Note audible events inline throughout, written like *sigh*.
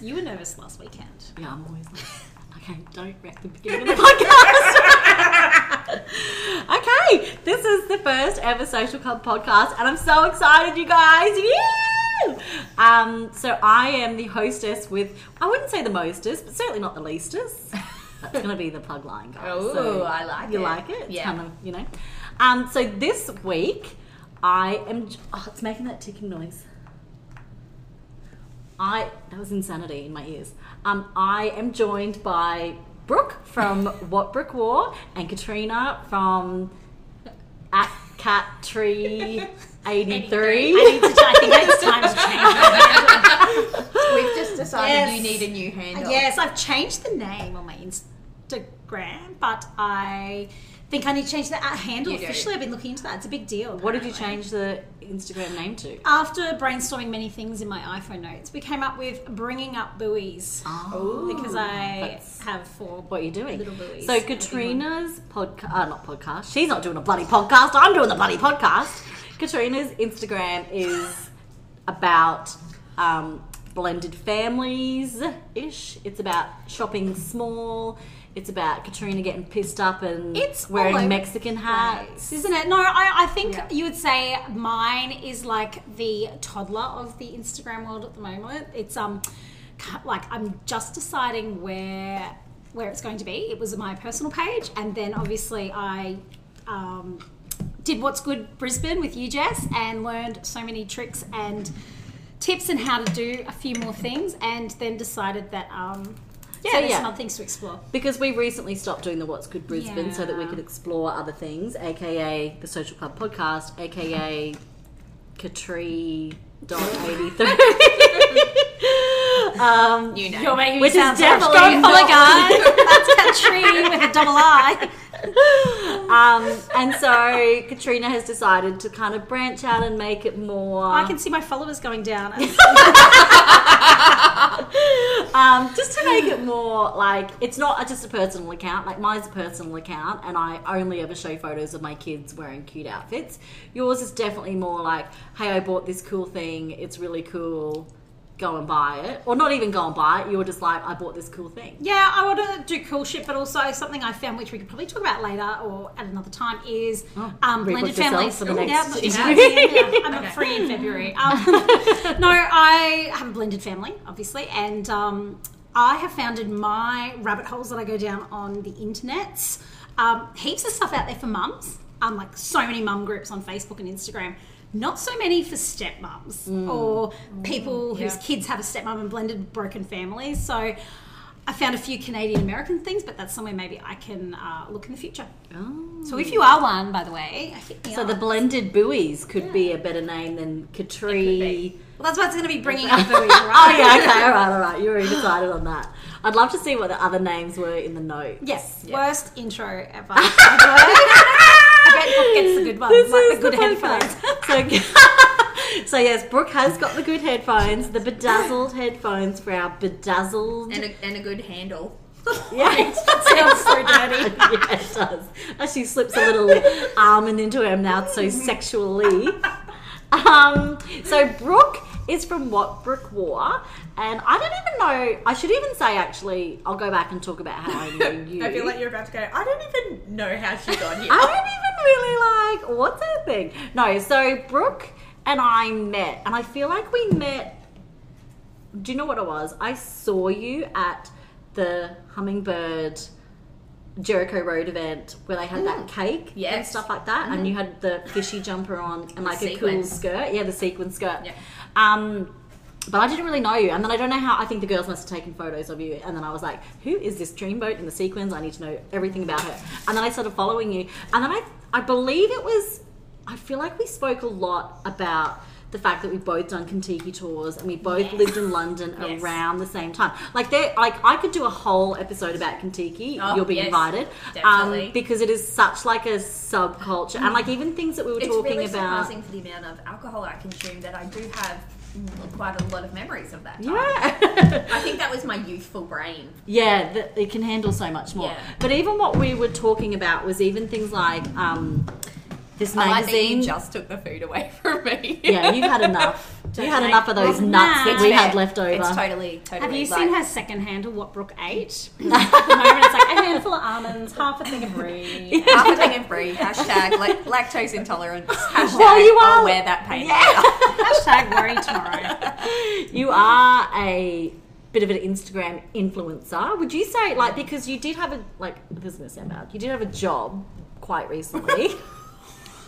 You were nervous last weekend. Yeah, I'm always like, *laughs* okay, don't wreck the beginning of the podcast. *laughs* okay, this is the first ever Social Club podcast, and I'm so excited, you guys. Yeah! Um, so I am the hostess with, I wouldn't say the mostest, but certainly not the leastest. That's going to be the plug line, guys. Ooh, I like you it. You like it? It's Yeah. kind of, you know. Um, so this week, I am, oh, it's making that ticking noise. I that was insanity in my ears. Um, I am joined by Brooke from *laughs* What Brooke War and Katrina from at Cat Tree eighty I three. need to. I think it's time to change. my name. We've just decided Yes. you need a *laughs* new handle. yes, I've changed the name on my Instagram, but I think I need to change the uh, handle You do. officially. I've been looking into that. It's a big deal. What did you apparently. change the Instagram name to? After brainstorming many things in my iPhone notes, we came up with bringing up buoys Oh, because I that's have four. what you're doing. Little buoys. So Katrina's podcast, uh, not podcast. She's not doing a bloody podcast. I'm doing the bloody podcast. Katrina's Instagram is about um, blended families ish. It's about shopping small. It's about Katrina getting pissed up and It's all wearing over Mexican hats. Isn't it? No, I, I think Yeah. you would say mine is like the toddler of the Instagram world at the moment. It's um, ca- like I'm just deciding where where it's going to be. It was my personal page, and then obviously I um, did what's good Brisbane with you, Jess, and learned so many tricks and tips and how to do a few more things, and then decided that um, yeah, So, there's yeah. some other things to explore. Because we recently stopped doing the What's Good Brisbane so that we Yeah. could explore other things, aka the Social Club podcast, aka Katri dot eighty three. um, You know. You're making Which me is sound so much definitely Oh going for the not- *laughs* guy. That's *laughs* Katrine with a double I. um, and so Katrina has decided to kind of branch out and make it more. I can see my followers going down. *laughs* um, just to make it more like it's not just a personal account. Like mine's a personal account, and I only ever show photos of my kids wearing cute outfits. Yours is definitely more like, hey, I bought this cool thing. It's really cool. Go and buy it, or not even go and buy it. You're just like, I bought this cool thing. yeah, I want to do cool shit, but also something I found, which we could probably talk about later or at another time, is Oh, um, rebook blended yourself families. for the Ooh, next- yeah, I'm not- Yeah. Uh, yeah, I'm not Okay. free in February. Um, no, I have a blended family, obviously, and um, I have founded my rabbit holes that I go down on the internets. Um, heaps of stuff out there for mums. Um, like so many mum groups on Facebook and Instagram. Not so many for stepmoms or people whose yeah. kids have a stepmom and blended broken families. So I found a few Canadian American things, but that's somewhere maybe I can uh, look in the future. Oh. So if you are one, by the way, hit me So up. the blended buoys could be a better name than Katri. well, that's what's going to be bringing up buoys, Oh right? yeah, *laughs* okay, all right, all right. You already decided on that. I'd love to see what the other names were in the note. Yes, Yeah. worst intro ever. I bet Brooke gets the good one, This like is the good the headphones. podcast. *laughs* So, *laughs* so yes, Brooke has got the good headphones, the bedazzled headphones for our bedazzled. And a, and a good handle. *laughs* yes, Sounds so dirty. *laughs* yeah, it does. As she slips a little almond into her mouth so sexually. Um, so Brooke is from What Brooke War, and I don't even know. I should even say actually, I'll go back and talk about how I knew you. I feel like you're about to go, I don't even know how she got *laughs* here. I don't even really like what's her thing. No, so Brooke and I met, and I feel like we met. Do you know what it was? I saw you at the Hummingbird Jericho Road event where they had that cake and Mm. Yes. Mm-hmm. stuff like that, and you had the fishy jumper on and like a cool sequin. skirt. Yeah, the sequin skirt. Yeah. Um, but I didn't really know you, and then I don't know how. I think the girls must have taken photos of you, and then I was like, "Who is this dreamboat in the sequins? I need to know everything about her." And then I started following you, and then I, I believe it was. I feel like we spoke a lot about the fact that we both done Kentucky tours and we both Yes. lived in London *laughs* Yes. around the same time. Like there, like I could do a whole episode about Kentucky. Oh, You'll be yes. invited, um, Definitely. because it is such like a subculture, and like even things that we were it's talking really about. surprising for the amount of alcohol I consume that I do have mm, quite a lot of memories of that. time. Yeah. I think that was my youthful brain. Yeah, that it can handle so much more. Yeah. But even what we were talking about was even things like um, this I like that you magazine. just took the food away *laughs* from me. *laughs* yeah, you've had enough. You had enough of those Well, nuts that nah. we It's had fair. left over. It's totally, totally. Have you like, seen her second handle, what Brooke ate? At the moment, it's like a handful of almonds, half a thing of brie. Half a thing of brie. Hashtag like, *laughs* lactose intolerance. Hashtag Well, you are- I'll wear that pain. Yeah. Hashtag worry tomorrow. you are a bit of an Instagram influencer. Would you say like because you did have a like a business about you did have a job quite *laughs* recently.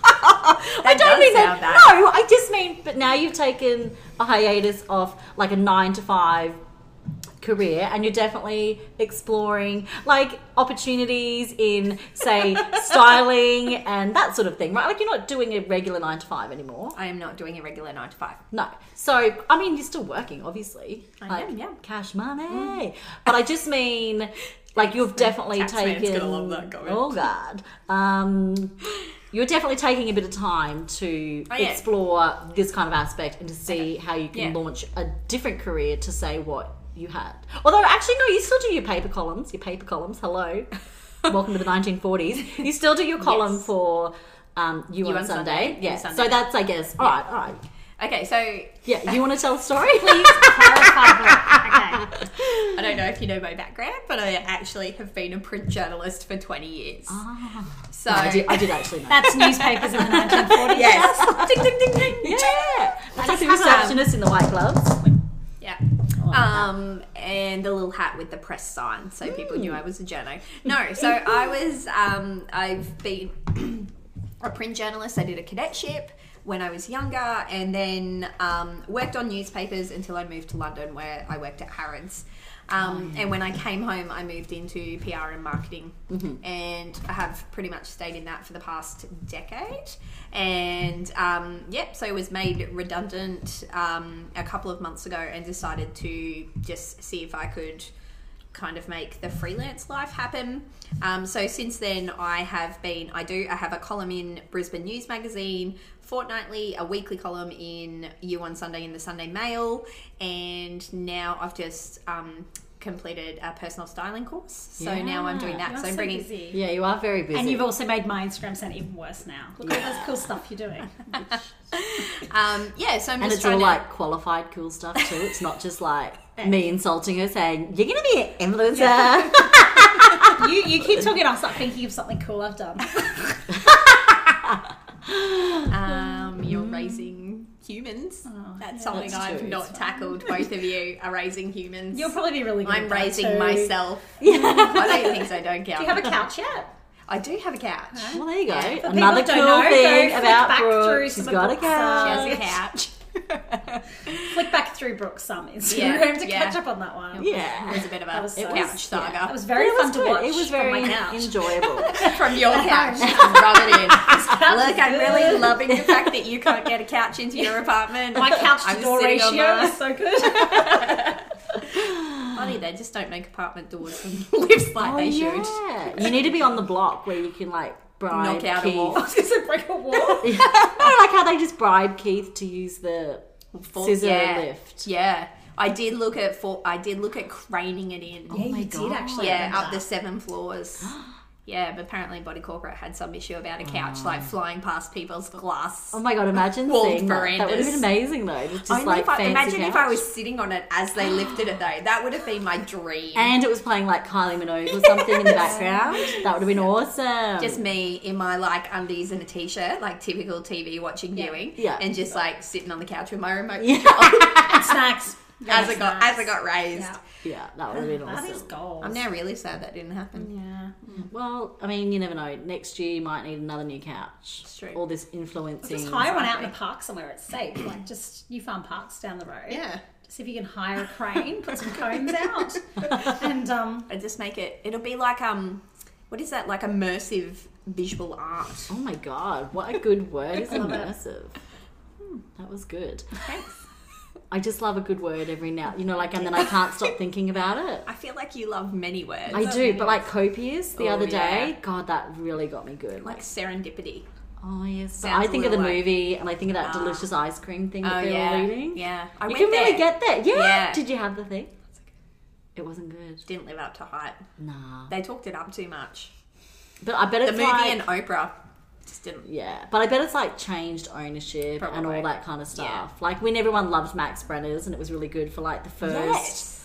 I That does sound bad. No, I just mean but now you've taken a hiatus of like a 9 to 5 career and you're definitely exploring like opportunities in say *laughs* styling and that sort of thing right like you're not doing a regular 9 to 5 anymore *laughs* I am not doing a regular nine to five. no. So, I mean, you're still working, obviously. I like, am, yeah. Mm. Cash money. But I just *laughs* mean, like, you've definitely Tax man's taken. gonna love that comment. Oh, God. Um, you're definitely taking a bit of time to I am. explore this kind of aspect and to see how you can Yeah. launch a different career to say what you had. Although, actually, no, you still do your paper columns. Your paper columns. *laughs* Hello. Welcome to the 1940s. You still do your column Yes. for. Um, you, on, Sunday, You yeah. Sunday. So that's, I guess, all right, all right. Okay, so I Yeah, you want to tell a story? *laughs* Please clarify, Brooke. Okay. don't know if you know my background, but I actually have been a print journalist for 20 years. Oh, So I, did, I did actually know. That's newspapers in the 1940s. *laughs* yes. ding ding ding ding. yeah! That's like is the clever. receptionist in the white gloves. Yeah. Um, and the little hat with the press sign, so people knew I was a journo. No, so I was. Um, I've been a print journalist. I did a cadetship when I was younger, and then um, worked on newspapers until I moved to London, where I worked at Harrods. Um, And when I came home, I moved into PR and marketing, and I have pretty much stayed in that for the past decade. And um, yep, so was made redundant um, a couple of months ago, and decided to just see if I could kind of make the freelance life happen. Um, so since then, I have been, I do, I have a column in Brisbane News Magazine fortnightly, a weekly column in You on Sunday in the Sunday Mail, and now I've just um, completed a personal styling course. So now I'm doing that. You're so I'm bringing. busy. Yeah, you are very busy. And you've also made my Instagram sound even worse now. Look at all this cool stuff you're doing. Um, yeah, so I'm And just it's all trying to. like qualified cool stuff too. It's not just like me insulting her saying, You're gonna be an influencer. *laughs* You, you keep talking, I'll start thinking of something cool I've done. Um, you're Mm. raising humans. Oh, That's something That's I've true, not it's tackled. Both of you are raising humans. You'll probably be really good I'm at that raising too. myself. I don't think so. Don't *laughs* count. Do you have a couch yet? I do have a couch. She Well there you go. Yeah, for Another people cool who don't know, go thing flick about back through some Brooke. She's of got a Brooke's, car. uh, has a couch. Flick back through Brooks some Instagram Yeah, to yeah. catch up on that one. Yeah. There's a bit of That a was so- couch saga. That *laughs* was very It was fun to good. watch. It was very from my couch. enjoyable. from *laughs* your couch. Rub it in. Look, I'm really good. loving the fact that you can't get a couch into your *laughs* apartment. my couch to *laughs* I'm door sitting on ratio mine. is so good. *laughs* Funny, they just don't make apartment doors and *laughs* lifts like Oh, they should. yeah. You need to be on the block where you can like bribe Knock out a Keith. wall. I was going to break a wall. *laughs* *laughs* I like how they just bribe Keith to use the Full- scissor yeah. lift. Yeah. I did look at for I did look at craning it in. Yeah, my you did God. actually. Oh yeah, Oh, remember up the that. *gasps* seven floors. Yeah, but apparently Body Corporate had some issue about a couch like flying past people's glass. Oh my god, imagine Walled seeing that. That would have verandas. been amazing though. Just, just Only like if I, fancy imagine if I couch. was sitting on it as they lifted it though. That would have been my dream. And it was playing like Kylie Minogue *laughs* or something in the background. That would have been awesome. *laughs* just me in my like undies and a t-shirt, like typical TV watching viewing, Yeah. and just like sitting on the couch with my remote Yeah. control And snacks. *laughs* as I got as I got raised. Yeah. *laughs* yeah, that would have been That awesome. is gold. I'm now really sad that didn't happen. Yeah. Well, I mean, you never know. Next year you might need another new couch. It's true. All this influencing. Just hire one out in the park somewhere. It's safe. Like just you farm parks down the Mm. road. Yeah. See if you can hire a crane, put some cones *laughs* out, and um, I just make it. It'll be like um, what is that? Like immersive visual art. Oh my god, what a *laughs* good word is Love it. immersive. Hmm, That was good. Thanks. I just love a good word every now, you know, like, and then I can't stop thinking about it. I feel like you love many words. I do, but like copious the Oh, other day, yeah. God, that really got me good. like Like, serendipity. oh yes, but Sounds I a think of the little like- movie and I think of that Ah. delicious ice cream thing that Oh they yeah, were eating. yeah. I you went can really there. get that. Yeah. Yeah. Did you have the thing? It wasn't good. Didn't live up to hype. Nah. They talked it up too much. But I bet The it's movie like, and Oprah. Just didn't. Yeah, but I bet it's like changed ownership and Probably. all that kind of stuff. Like when everyone loved Max Brenner's and it was really good for like the first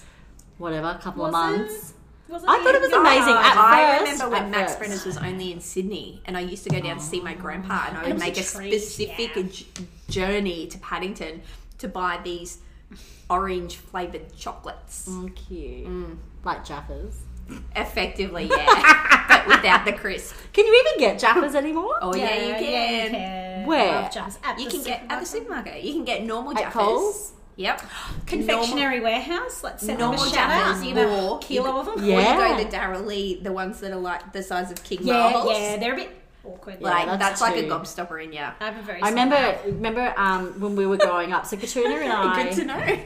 whatever couple of Was it? months. Was I thought it was amazing at Uh, I first. remember when at Max first. Brenner's was only in Sydney, and I used to go down to see my grandpa, and I it would was a make a, treat, specific yeah. j- journey to Paddington to buy these orange flavored chocolates. Mm, cute, like Jaffers. Effectively, yeah, but without the crisp. Can you even get Jaffers anymore? Oh yeah, you can. Where? Love Jaffs. At You the can get at the supermarket. supermarket. You can get normal At Jaffers. Coles? Yep. confectionery warehouse. Let's send them a normal shout out. Jaffers, You get a or- kilo of them. Yeah. Or you go to Daryl Lee, the ones that are like the size of King yeah, Marbles. yeah, They're a bit awkward. Yeah, Like that's that's, like a true. gobstopper in yeah. I have a very. I remember, remember um, when we were growing up. So Katrina *laughs* and I, Good to know.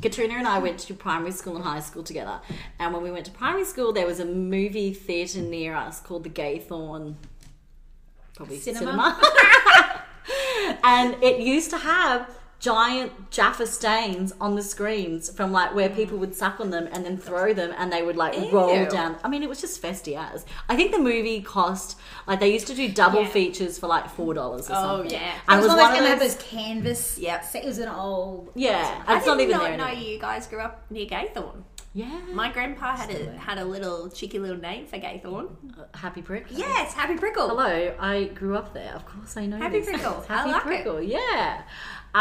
Katrina and I went to primary school and high school together. And when we went to primary school, there was a movie theatre near us called the Gaythorne, probably Cinema. cinema. *laughs* and it used to have giant Jaffa stains on the screens from like where people would suck on them and then throw them and they would like roll Mm. Ew. down. I mean, it was just festy as. I think the movie cost like they used to do double Yeah. features for like four dollars or Oh, something. yeah. and it was one and they of had those. those canvas. Yep. It was an old. Yeah, I and it's not did even not there know anymore. you guys grew up near Gaythorne. Yeah, My grandpa had a had a little cheeky little name for Gaythorne. happy prick. Yes, Happy Prickle. Hello, I grew up there. Of course, I know. Happy these *laughs* Prickle. things. I Happy like it. Prickle. Yeah.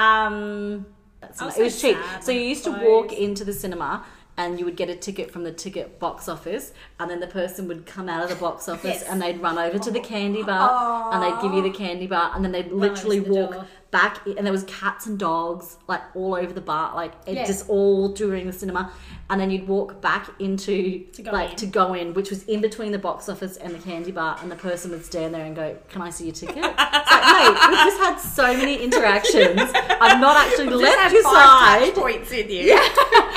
Um, that's I was nice. it was so cheap. sad So when you it used to closed. walk into the cinema. And you would get a ticket from the ticket box office, and then the person would come out of the box office, Yes. and they'd run over to the candy bar, and they'd give you the candy bar, and then they'd literally the walk door. back. i- And there was cats and dogs like all over the bar, like it Yeah. just all during the cinema. And then you'd walk back into To go like in. to go in, which was in between the box office and the candy bar, and the person would stand there and go, "Can I see your ticket?" It's like, *laughs* mate, we've just had so many interactions. I've not actually left your side. points with you. Yeah.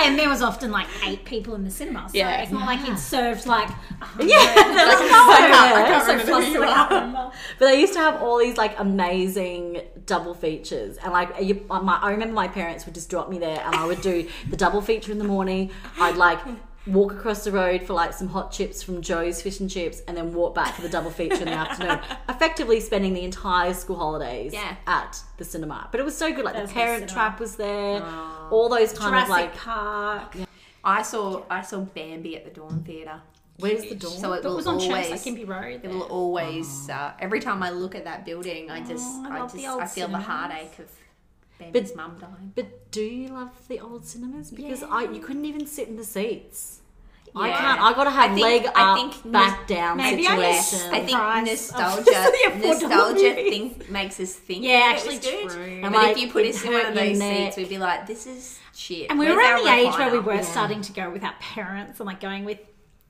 And there was often like eight people in the cinema. So Yeah. it's not like it served like. *laughs* Yeah, they're like, "No, I can't- *laughs* I yeah." can't So remember who flustered, you I can't are. remember. But they used to have all these like amazing double features, and like you, my, I remember my parents would just drop me there, and I would do the double feature in the morning. I'd like. Walk across the road for like some hot chips from Joe's Fish and Chips, and then walk back for the double feature in the *laughs* afternoon. Effectively spending the entire school holidays Yeah. at the cinema, but it was so good. Like That was the the Parent cinema. Trap was there, all those kind Jurassic of like. Park. I saw I saw Bambi at the Dawn Theatre. Where's the door? So it That will was on always Church, like Kimpy Road. it there. will always uh, every time I look at that building, I just Oh, I I, love the just old I feel the cinemas. heartache of Bambi's mum dying. But do you love the old cinemas? Because Yeah. I you couldn't even sit in the seats. I Yeah. can't. I gotta have I think- leg I up, think back down maybe I situation. just- I think Price. *laughs* nostalgia The affordable nostalgia movies. think makes us think. Yeah, that actually it was good. true. But And if like, you put it'd us in one of hurt your those neck. seats, we'd be like, "This is shit." And we were Where's around the our age where recliner? we were starting to go with our parents and like going with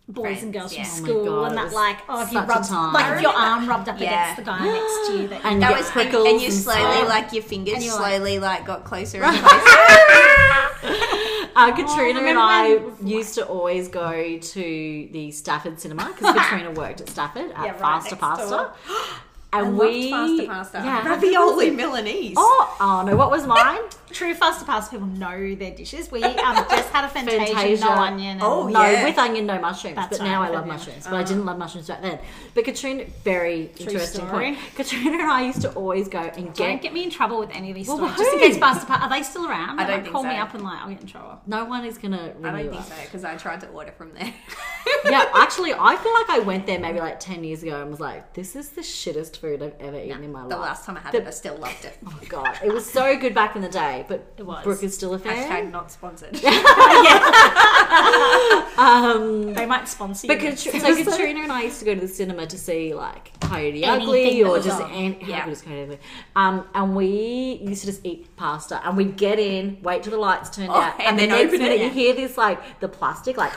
boys and Friends, girls yeah. from Oh my school God, it and that was like oh if you such a rubbed time. like I if your remember- arm rubbed up Yeah. against the guy next to you that And That you was get and, and you prickles slowly stuff. like your fingers And you're like- slowly like got closer and *laughs* closer. Uh, Oh, Katrina and remember I when- used to always go to the Stafford Cinema *laughs* because Katrina worked at Stafford at Yeah, right Faster next Pasta, door. *gasps* and I we loved pasta pasta. Yeah. Ravioli Milanese. Oh, oh no! What was mine? true faster pass people know their dishes. We um, just *laughs* had a fantasia, Fantasia. no onion. And Oh, no, yeah. with onion, no mushrooms. That's but now right, I love yeah. mushrooms. But I didn't love mushrooms back then. But Katrina, very interesting story. point. *laughs* Katrina and I used to always go and Don't get. get me in trouble with any of these Well, stories. who? Just in case faster pass are they still around? I don't They might think call me so. up and like I'll get in trouble. No one is gonna. I renew don't think us. so because I tried to order from there. *laughs* yeah, actually, I feel like I went there maybe like ten years ago and was like, "This is the shittest food I've ever eaten in my the life." last time I had The- it, I still loved it. Oh my god, it was so good back in the day, but It was. Brooke is still a fan. Hashtag not sponsored. Um, They might sponsor you. but Katri- next so episode. Katrina and I used to go to the cinema to see like Coyote Anything Ugly that or was just on. an- how Yeah. good is Coyote Ugly? Um, and we used to just eat pasta, and we'd get in, wait till the lights turned Oh, out, and and, the then next open it, minute yeah. you hear this like the plastic like.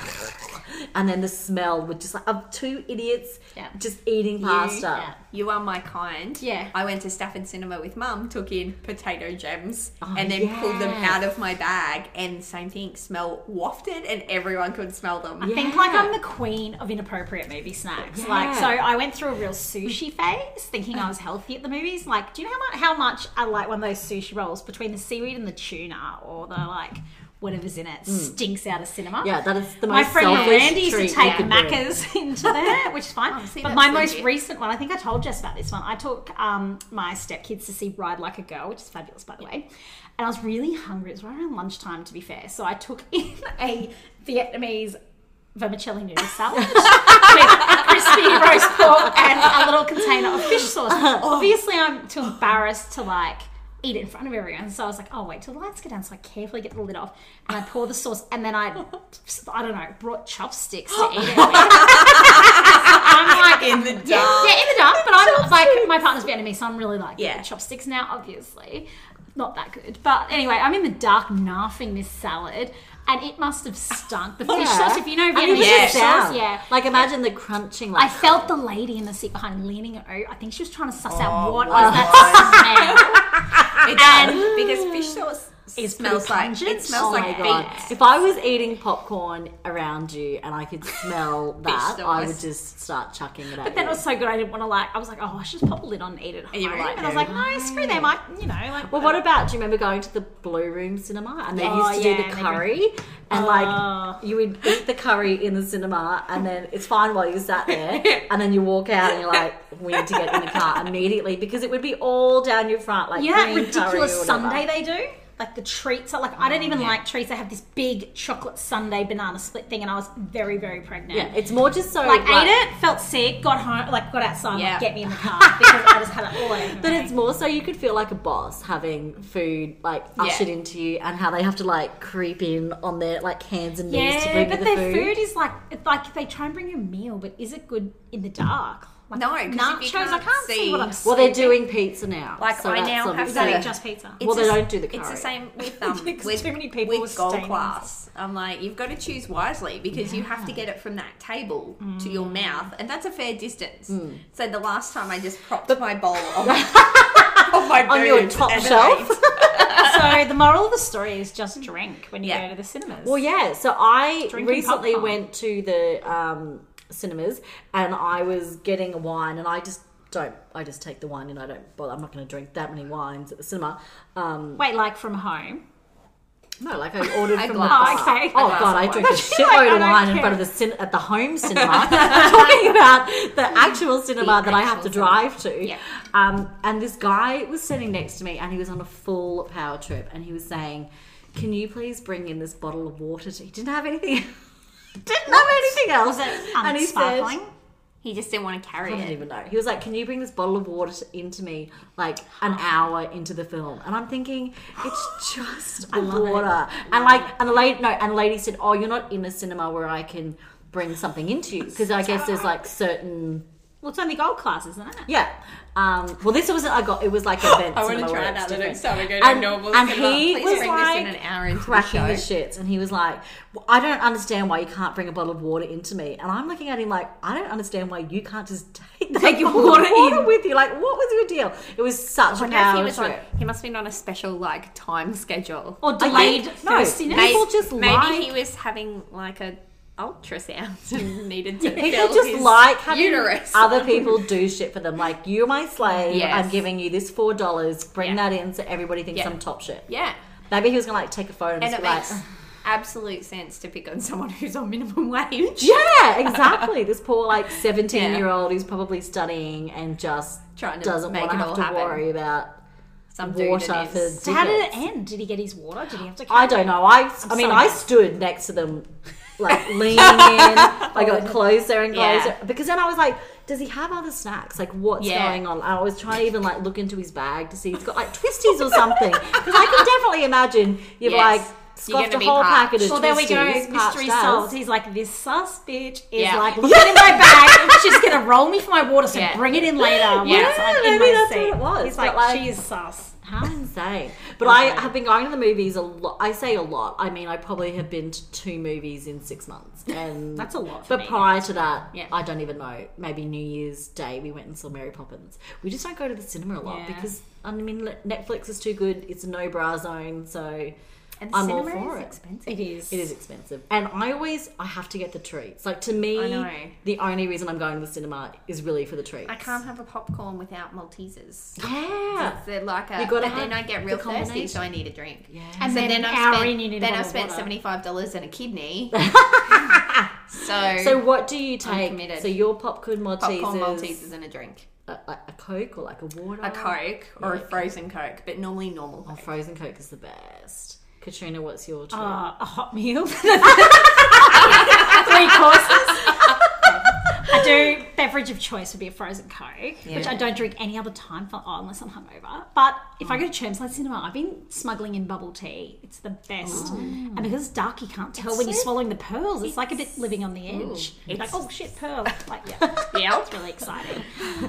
And then the smell would just like of two idiots Yeah. just eating pasta. yeah. You are my kind. Yeah. I went to Stafford Cinema with mum, took in potato gems, Oh, and then pulled them yeah. out of my bag. And same thing, smell wafted, and everyone could smell them. I *laughs* *laughs* think Yeah. like I'm the queen of inappropriate movie snacks. Yeah. Like so I went through a real sushi phase thinking I Uh-huh. was healthy at the movies. Like, do you know how much how much I like one of those sushi rolls between the seaweed and the tuna or the like whatever's in it stinks out of cinema. Mm. Yeah, that is the most My friend selfish Miranda used to treat you take could do. Macca's *laughs* into that, which is fine. Oh, see, but that's my most legit. recent one, I think I told Jess about this one. I took um, my stepkids to see Ride Like a Girl, which is fabulous, by the way. And I was really hungry. It was right around lunchtime, to be fair. So I took in *laughs* a Vietnamese vermicelli noodle salad *laughs* with crispy roast pork and a little container of fish Uh, sauce. Obviously, I'm too embarrassed to like eat it in front of everyone. So I was like, oh, wait till the lights go down. So I carefully get the lid off and I pour the sauce. And then I, I don't know, brought chopsticks to eat *laughs* it with. I'm like, in the yeah, dark. yeah, in the dark. But I'm like, my partner's Vietnamese, so I'm really like, Yeah. yeah, chopsticks now, obviously. Not that good. But anyway, I'm in the dark narfing this salad, and it must have stunk. The fish sauce, if you know And it Vietnamese was fish just sauce, down. yeah. Like imagine the crunching. I Like felt the lady in the seat behind leaning over. I think she was trying to suss out Oh, what wow. was that It does, because fish sauce It's smells pretty like it pungent. smells Oh like my feet. God. God. If I was eating popcorn around you and I could *laughs* smell that, I sauce. would just start chucking it at But then it you. was so good, I didn't want to like. I was like, oh, I should just pop a lid on and eat it. And you were home. like, and I was like, no, screw them. I, you know, like. um, well, what about? Do you remember going to the Blue Room Cinema and they Yeah. used to Oh, do yeah, the they curry and Oh. like you would eat the curry in the cinema and then it's fine while you sat there and then you walk out and you're like, we need to get in the car immediately because it would be all down your front like You know that green curry or ridiculous whatever. Sunday they do? Like the treats are like I don't even like treats. They have this big chocolate Sunday banana split thing, and I was very very pregnant. Yeah, it's more just so Like ate it, felt sick, got home, like got outside, Yeah. like, get me in the car because I just had it *laughs* all over. But me. it's more so you could feel like a boss having food like Yeah. ushered into you, and how they have to like creep in on their like hands and knees to yeah, bring but you the their food. food. is like it's like they try and bring you a meal, but is it good in the dark? Like, No, 'cause if you nachos. I can't can't see, see- what I'm. Well, they're seeing. doing pizza now. Like, so I that's now have Is obviously- that Yeah. it? Just pizza. It's Well, they the- don't do the It's the curry. same *laughs* with um, Because with, too many people were with gold staining class. I'm like, you've got to choose wisely because you have to get it from that table to your Mm. mouth, and that's a fair distance. So the last time I just propped my bowl *laughs* *laughs* on, on my On your boobs top and shelf? ate. so *laughs* the moral of the story is just drink when you Mm. Yeah. go to the cinemas. Well, yeah. So I Drinking recently popcorn. went to the um, cinemas and I was getting a wine, and I just don't. I just take the wine, and I don't. Well, I'm not going to drink that many wines at the cinema. Um, Wait, like from home. no, like I ordered A from the glass. bar. Oh, okay. Oh A glass god, of I wine. drink a like, I shitload of don't wine in care. front of the cin- at *laughs* the home cinema. *laughs* talking about the actual cinema that I have to actual drive to. Yeah. Um, and this guy was sitting next to me, and he was on a full power trip, and he was saying, "Can you please bring in this bottle of water?" To-? He didn't have anything. *laughs* didn't have anything else. Was it um, and he sparkling? said. He just didn't want to I carry don't it. even know. He was like, "Can you bring this bottle of water to- into me, like an hour into the film?" And I'm thinking, it's just a love it. water. And like, and the lady, no, and the lady said, "Oh, you're not in a cinema where I can bring something into you because I guess there's like certain well, it's only gold class, isn't it? yeah. Um, well, this wasn't. I got. It was like events. I want to try that the next time I go to a normal And cinema. he Please was bring like this in an hour into the cracking show. the, shits, and he was like, well, "I don't understand why you can't bring a bottle of water into me." And I'm looking at him like, "I don't understand why you can't just *laughs* take, the Take your bottle of water in. with you." Like, what was your deal? It was such I a wonder if he power was on. trip. He must have been on a special like time schedule. Or I delayed think- no, thirstiness. maybe- People just maybe like- he was having like a ultrasound *laughs* and needed *laughs* to People fill just his like having uterus. other people do shit for them. Like, you're my slave. Yes. I'm giving you this four dollars. Bring Yeah. that in so everybody thinks Yeah. I'm top shit. yeah, Maybe he was gonna like take a photo and, and just it be like, makes absolute sense to pick on someone who's on minimum *laughs* wage. *laughs* Yeah, exactly. this poor *laughs* like seventeen Yeah. year old who's probably studying and just Trying to doesn't make want to it have all to happen. worry about. Some Water dude that is. for- so how did it end? Did he get his water? Did he have to? I don't know. I i mean, so I mad. stood next to them, like *laughs* leaning in. I got closer and Oh, Yeah. closer because then I was like, "Does he have other snacks? Like, what's Yeah. going on?" And I was trying to even like look into his bag to see he's got like twisties or something because I can definitely imagine you've Yes. like You're scoffed gonna a be whole parched. packet of Well, there we go. Twisties, parched Mystery as. solved. He's like, this sus bitch is Yeah. *laughs* like, look at in my bag. She's gonna roll me for my water, so Yeah. bring it in later. Yeah, maybe that's what it was, He's like, but like- she is sus. How insane. But I have been going to the movies a lot. I say a lot. I mean, I probably have been to two movies in six months. And That's a lot for But me. prior to that, Yeah. I don't even know. Maybe New Year's Day, we went and saw Mary Poppins. We just don't go to the cinema a lot Yeah. because, I mean, Netflix is too good. It's a no bra zone. So And I'm all cinema for is it. expensive. It is. It is expensive, and I always I have to get the treats. Like to I me, know. the only reason I'm going to the cinema is really for the treats. I can't have a popcorn without Maltesers. Yeah, They're like a. You gotta but then have I get the real thirsty, combination. so I need a drink. yeah. And So then, then, an I've hour spent, in, you need a then bottle I've of spent water. seventy five dollars and *laughs* a kidney. so, So what do you take? committed. So your popcorn Maltesers, popcorn Maltesers and a drink, A, like a Coke or like a water, a Coke or a Yeah. frozen Coke, but normally normal. Oh, Coke. frozen Coke is the best. Katrina, what's your treat? Uh, a hot meal. *laughs* Three courses. I do beverage of choice would be a frozen coke, which I don't drink any other time for oh, unless I'm hungover. But if Mm. I go to Chermside Cinema, I've been smuggling in bubble tea. It's the best, and because it's dark, you can't tell when you're Oh. so- swallowing the pearls. It's, like a bit living on the edge. You're like It's- oh shit, pearl. *laughs* Like yeah, yeah, it's really exciting.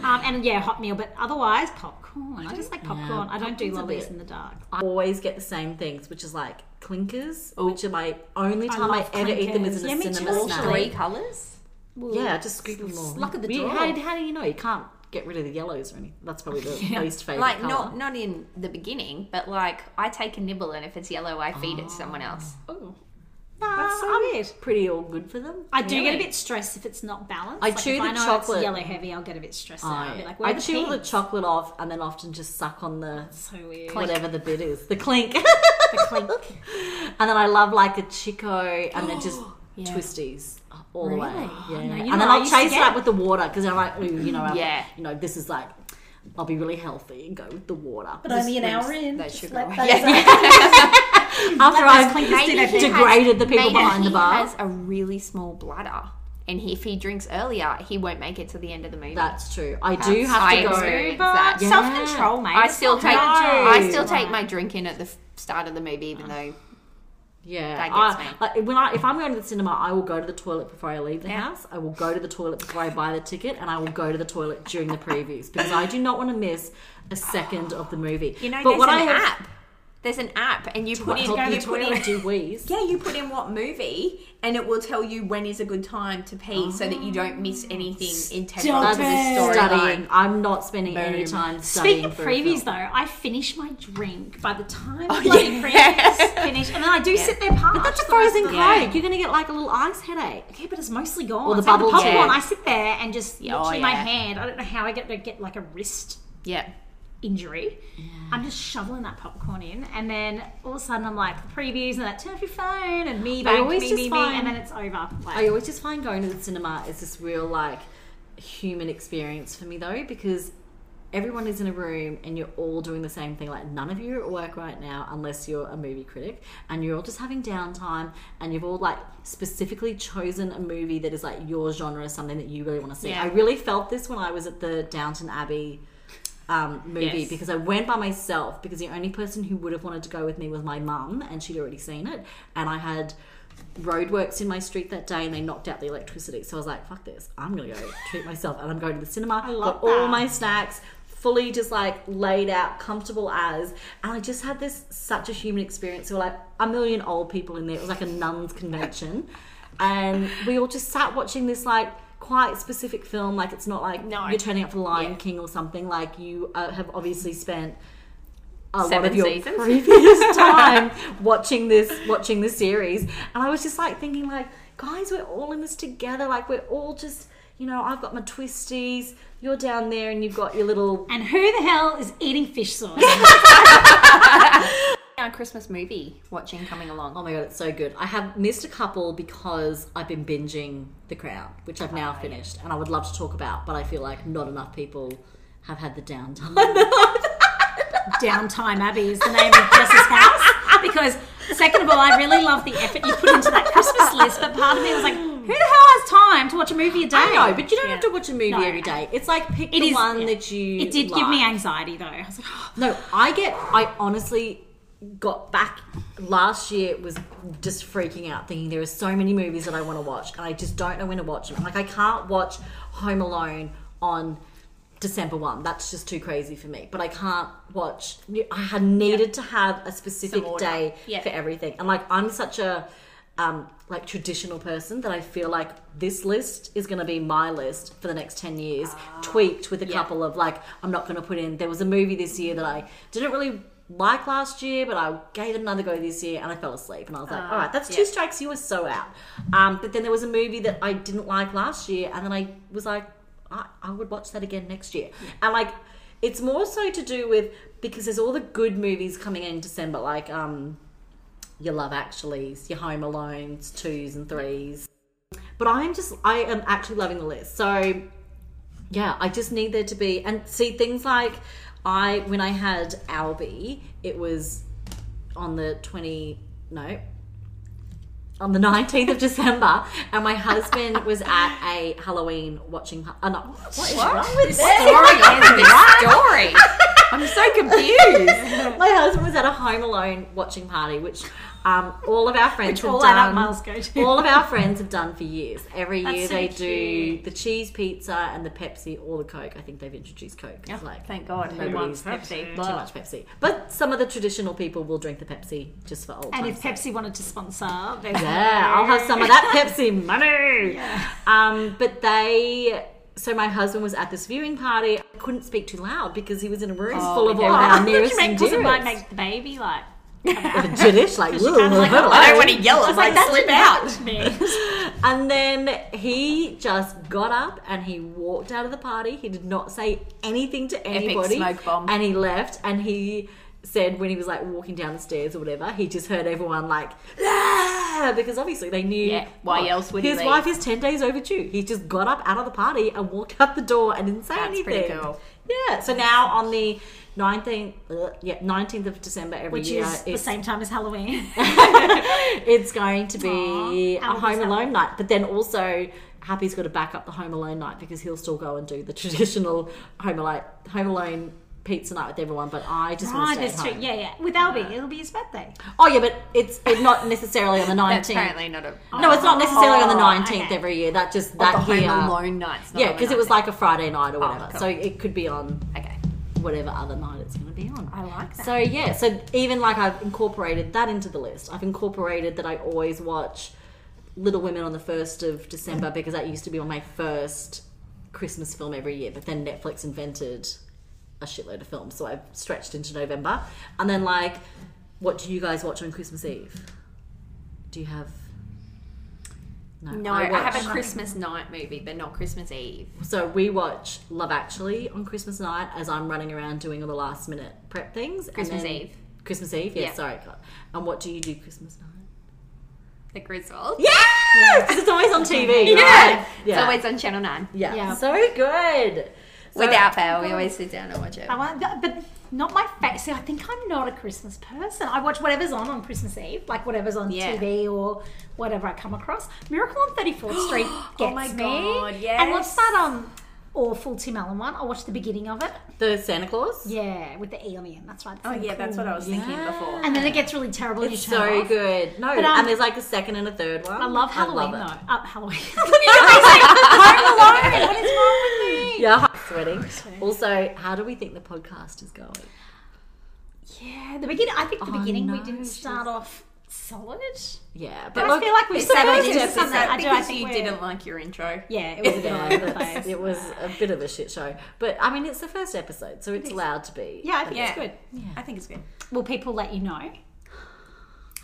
Um, and yeah, hot meal. But otherwise, popcorn. I, just like popcorn. I don't do popcorn's a lollies bit- in the dark. I always get the same things, which is like clinkers, which are my only time I, love ever eat them is clinkers. in a Yeah, me cinema too. snack. Three colors. Yeah, just scoop them all. Luck of the You- draw. How, how do you know? You can't get rid of the yellows or anything. That's probably the least favorite. Like color. not not in the beginning, but like I take a nibble and if it's yellow, I feed it to someone else. Oh. That's so I'm- weird. Pretty all good for them. I do get a Really? bit stressed if it's not balanced. I chew if the know chocolate. It's yellow heavy. I'll get a bit stressed out. I'll be I, like, where I are the chew all the pinks? chocolate off and then often just suck on the So weird. whatever the bit is, the clink, The clink. and then I love like a chico and then *gasps* just Yeah. twisties all the way. Really? Oh, Yeah, no, you know and then what I I'll used to chase it get? up with the water because I'm like, ooh, you know, I'm Yeah. you know, this is like, I'll be really healthy and go with the water. But only an hour in. that Just sugar let away. those- after I've clinkers do their thing. degraded the people behind the bar. He has a really small bladder, and if he drinks earlier, he won't make it to the end of the movie. That's true. I do That's- have to I go. agree. But Yeah. self control, mate. I It's still not take hard. No. I still take my drink in at the f- start of the movie, even though Yeah, That I- gets me. like, when I if I'm going to the cinema, I will go to the toilet before I leave the Yeah. house. I will go to the toilet before I buy the ticket, and I will go to the toilet during the previews because I do not want to miss a second of the movie. you know but there's what an I have, app. There's an app, and you put what, in help you you put toilet in do wheeze. yeah, you put in what movie, and it will tell you when is a good time to pee, so that you don't miss anything integral Oh. Stop That's to the it. storyline. studying. I'm not spending any Boom. time Speaking studying Oh, of for a film. previews, though, I finish my drink by the time bloody previews finish, and then I do sit there past. But that's a frozen coke. Yeah. You're going to get like a little ice headache. Okay, but it's mostly gone. Or the It's like bubble popcorn. tea. I sit there and just Yeah, oh, literally my yeah. hand. I don't know how I get to get like a wrist Yeah. injury. I'm just shoveling that popcorn in, and then all of a sudden I'm like previews, and that turn off your phone, and me bang, me always me just me, find- and then it's over. I Like, always just find going to the cinema is this real like human experience for me though because everyone is in a room and you're all doing the same thing like none of you are at work right now unless you're a movie critic and you're all just having downtime and you've all like specifically chosen a movie that is like your genre something that you really want to see Yeah. i really felt this when i was at the downton abbey um, movie Yes. because I went by myself because the only person who would have wanted to go with me was my mum and she'd already seen it and I had roadworks in my street that day and they knocked out the electricity so I was like fuck this I'm gonna go treat myself and I'm going to the cinema I love got all that. my snacks fully just like laid out comfortable as and I just had this such a human experience there were like a million old people in there it was like a nuns convention and we all just sat watching this like quite specific film like it's not like No. you're turning up for Lion Yeah. King or something, like you uh, have obviously spent a lot Seven of your seasons. *laughs* previous time watching this watching this series, and I was just like thinking, like guys, we're all in this together. Like we're all just, you know, I've got my twisties, you're down there, and you've got your little. and who the hell is eating fish sauce? *laughs* Our Christmas movie watching coming along. Oh my god, it's so good. I have missed a couple because I've been binging The Crown, which I've Ah, now finished, and I would love to talk about, but I feel like not enough people have had the downtime. Downtime Abbey is the name of Jess's house because. Second of all, I really love the effort you put into that Christmas list, but part of me was like, who the hell has time to watch a movie a day? I know, but you don't Yeah. have to watch a movie No. every day. It's like pick It the is- one yeah. that you. it did give me like. anxiety though. I was like, *gasps* oh, No, I get. I honestly got back last year was just freaking out, thinking there are so many movies that I want to watch, and I just don't know when to watch them. Like I can't watch Home Alone on. December 1 that's just too crazy for me but I can't watch I had needed to have a specific Some order. day Yeah. for everything and like I'm such a um, like traditional person that I feel like this list is going to be my list for the next 10 years tweaked with a Ah, Yeah. couple of like I'm not going to put in there was a movie this year that I didn't really like last year, but I gave it another go this year and I fell asleep. And I was like, all right, that's two Ah, yeah. strikes, you were so out. Um, but then there was a movie that I didn't like last year, and then I was like, I, I would watch that again next year. And like, it's more so to do with because there's all the good movies coming in December, like um, your Love Actuallys, your Home Alones, twos and threes. But I'm just, I am actually loving the list. So yeah, I just need there to be and see things like I when I had Albie, it was on the twenty no on the *laughs* nineteenth of December, and my husband was at a Halloween watching. Uh, no, what is wrong with This *laughs* story is this *laughs* story. I'm *laughs* so *laughs* confused. my husband was at a Home Alone watching party, which um, all *laughs* of our friends have all done. adult males go to. All of our friends have done for years. Every year so they do cute. the cheese pizza and the Pepsi or the Coke. I think they've introduced Coke. It's like Thank God. Who wants Pepsi? too much Pepsi. But some of the traditional people will drink the Pepsi just for old And times. if Pepsi wanted to sponsor, there's Yeah, I'll have *laughs* some of that Pepsi money. Um, but they. So my husband was at this viewing party. I couldn't speak too loud because he was in a room full of all Oh, *laughs* our I thought nearest you and meant 'cause it might dearest. make the baby like. Jiddish, like, She kinda like, "Whoa." "Oh, I don't want to yell. It's like, that's slip *laughs* out. And then he just got up and he walked out of the party. He did not say anything to anybody. smoke bomb. And he left and he said when he was like walking down the stairs or whatever, he just heard everyone like "Ah!" because obviously they knew Yeah, why else would he his leave? wife is ten days overdue. He just got up out of the party and walked out the door and didn't say That's anything. pretty cool. Yeah. So now on the nineteenth uh, yeah, nineteenth of December every Which year is the it's- same time as Halloween. *laughs* it's going to Aw, be a Albie's Home out. Alone night, but then also Happy's got to back up the Home Alone night because he'll still go and do the *laughs* traditional Home Alone Home Alone pizza night with everyone. But I just right, want to Ah, that's stay true. at home. Yeah, yeah. With Albie, it'll be his birthday. Oh yeah, but it's it's not necessarily on the That's nineteenth. apparantly not a. No, it's not necessarily on the Oh, nineteenth okay. every year. That just Like that the year. Home Alone nights. not Yeah, on the because it was 19th. like a Friday night Oh, or whatever, cool. so it could be on Okay. whatever other night it's going to be on. I like that. So yeah, so even like I've incorporated that into the list. I've incorporated that I always watch Little Women on the first of December because that used to be on my first Christmas film every year. But then Netflix invented a shitload of films, so I've stretched into November. And then like, what do you guys watch on Christmas Eve? Do you have? No, I, watch- have a Christmas night movie, but not Christmas Eve. so we watch Love Actually on Christmas night as I'm running around doing all the last minute prep things. and Christmas then- Eve. Christmas Eve, yeah, Yeah. sorry. God. And what do you do Christmas night? The Griswold. Yeah, because it's always on TV. Yeah. right? yeah, It's always on Channel 9. yeah. Yeah. so good. So- Without fail, we always sit down and watch it. I want, but- but not my face. See, I think I'm not a Christmas person. I watch whatever's on on Christmas Eve, like whatever's on Yeah. TV or whatever I come across. Miracle on *gasps* 34th Street gets Oh my me. God, And what's yes. that um awful Tim Allen one? I watched the beginning of it. the Santa Claus. Yeah, with the alien. That's right. Oh, yeah, that's what I was thinking Yeah. before. And then it gets really terrible. and It's you turn it so off. good. No, But, um, and there's like a second and a third one. I love Halloween it. though. Uh, *laughs* Halloween. *laughs* What is wrong with me? Yeah, I'm *laughs* sweating. Also, how do we think the podcast is going? yeah, the beginning. I think the Oh, beginning we no, didn't she's- start off solid. Yeah, But I look, feel like we've Is it's settled that okay. into because, something. is that I do. I because think you we're- didn't like your intro? Yeah, it was a bit all over the That's- *laughs* place. it was a bit of a shit show, but I mean, it's the first episode, so it's allowed to be. Yeah, I think Yeah. it's good. I think it's good. Will people let you know?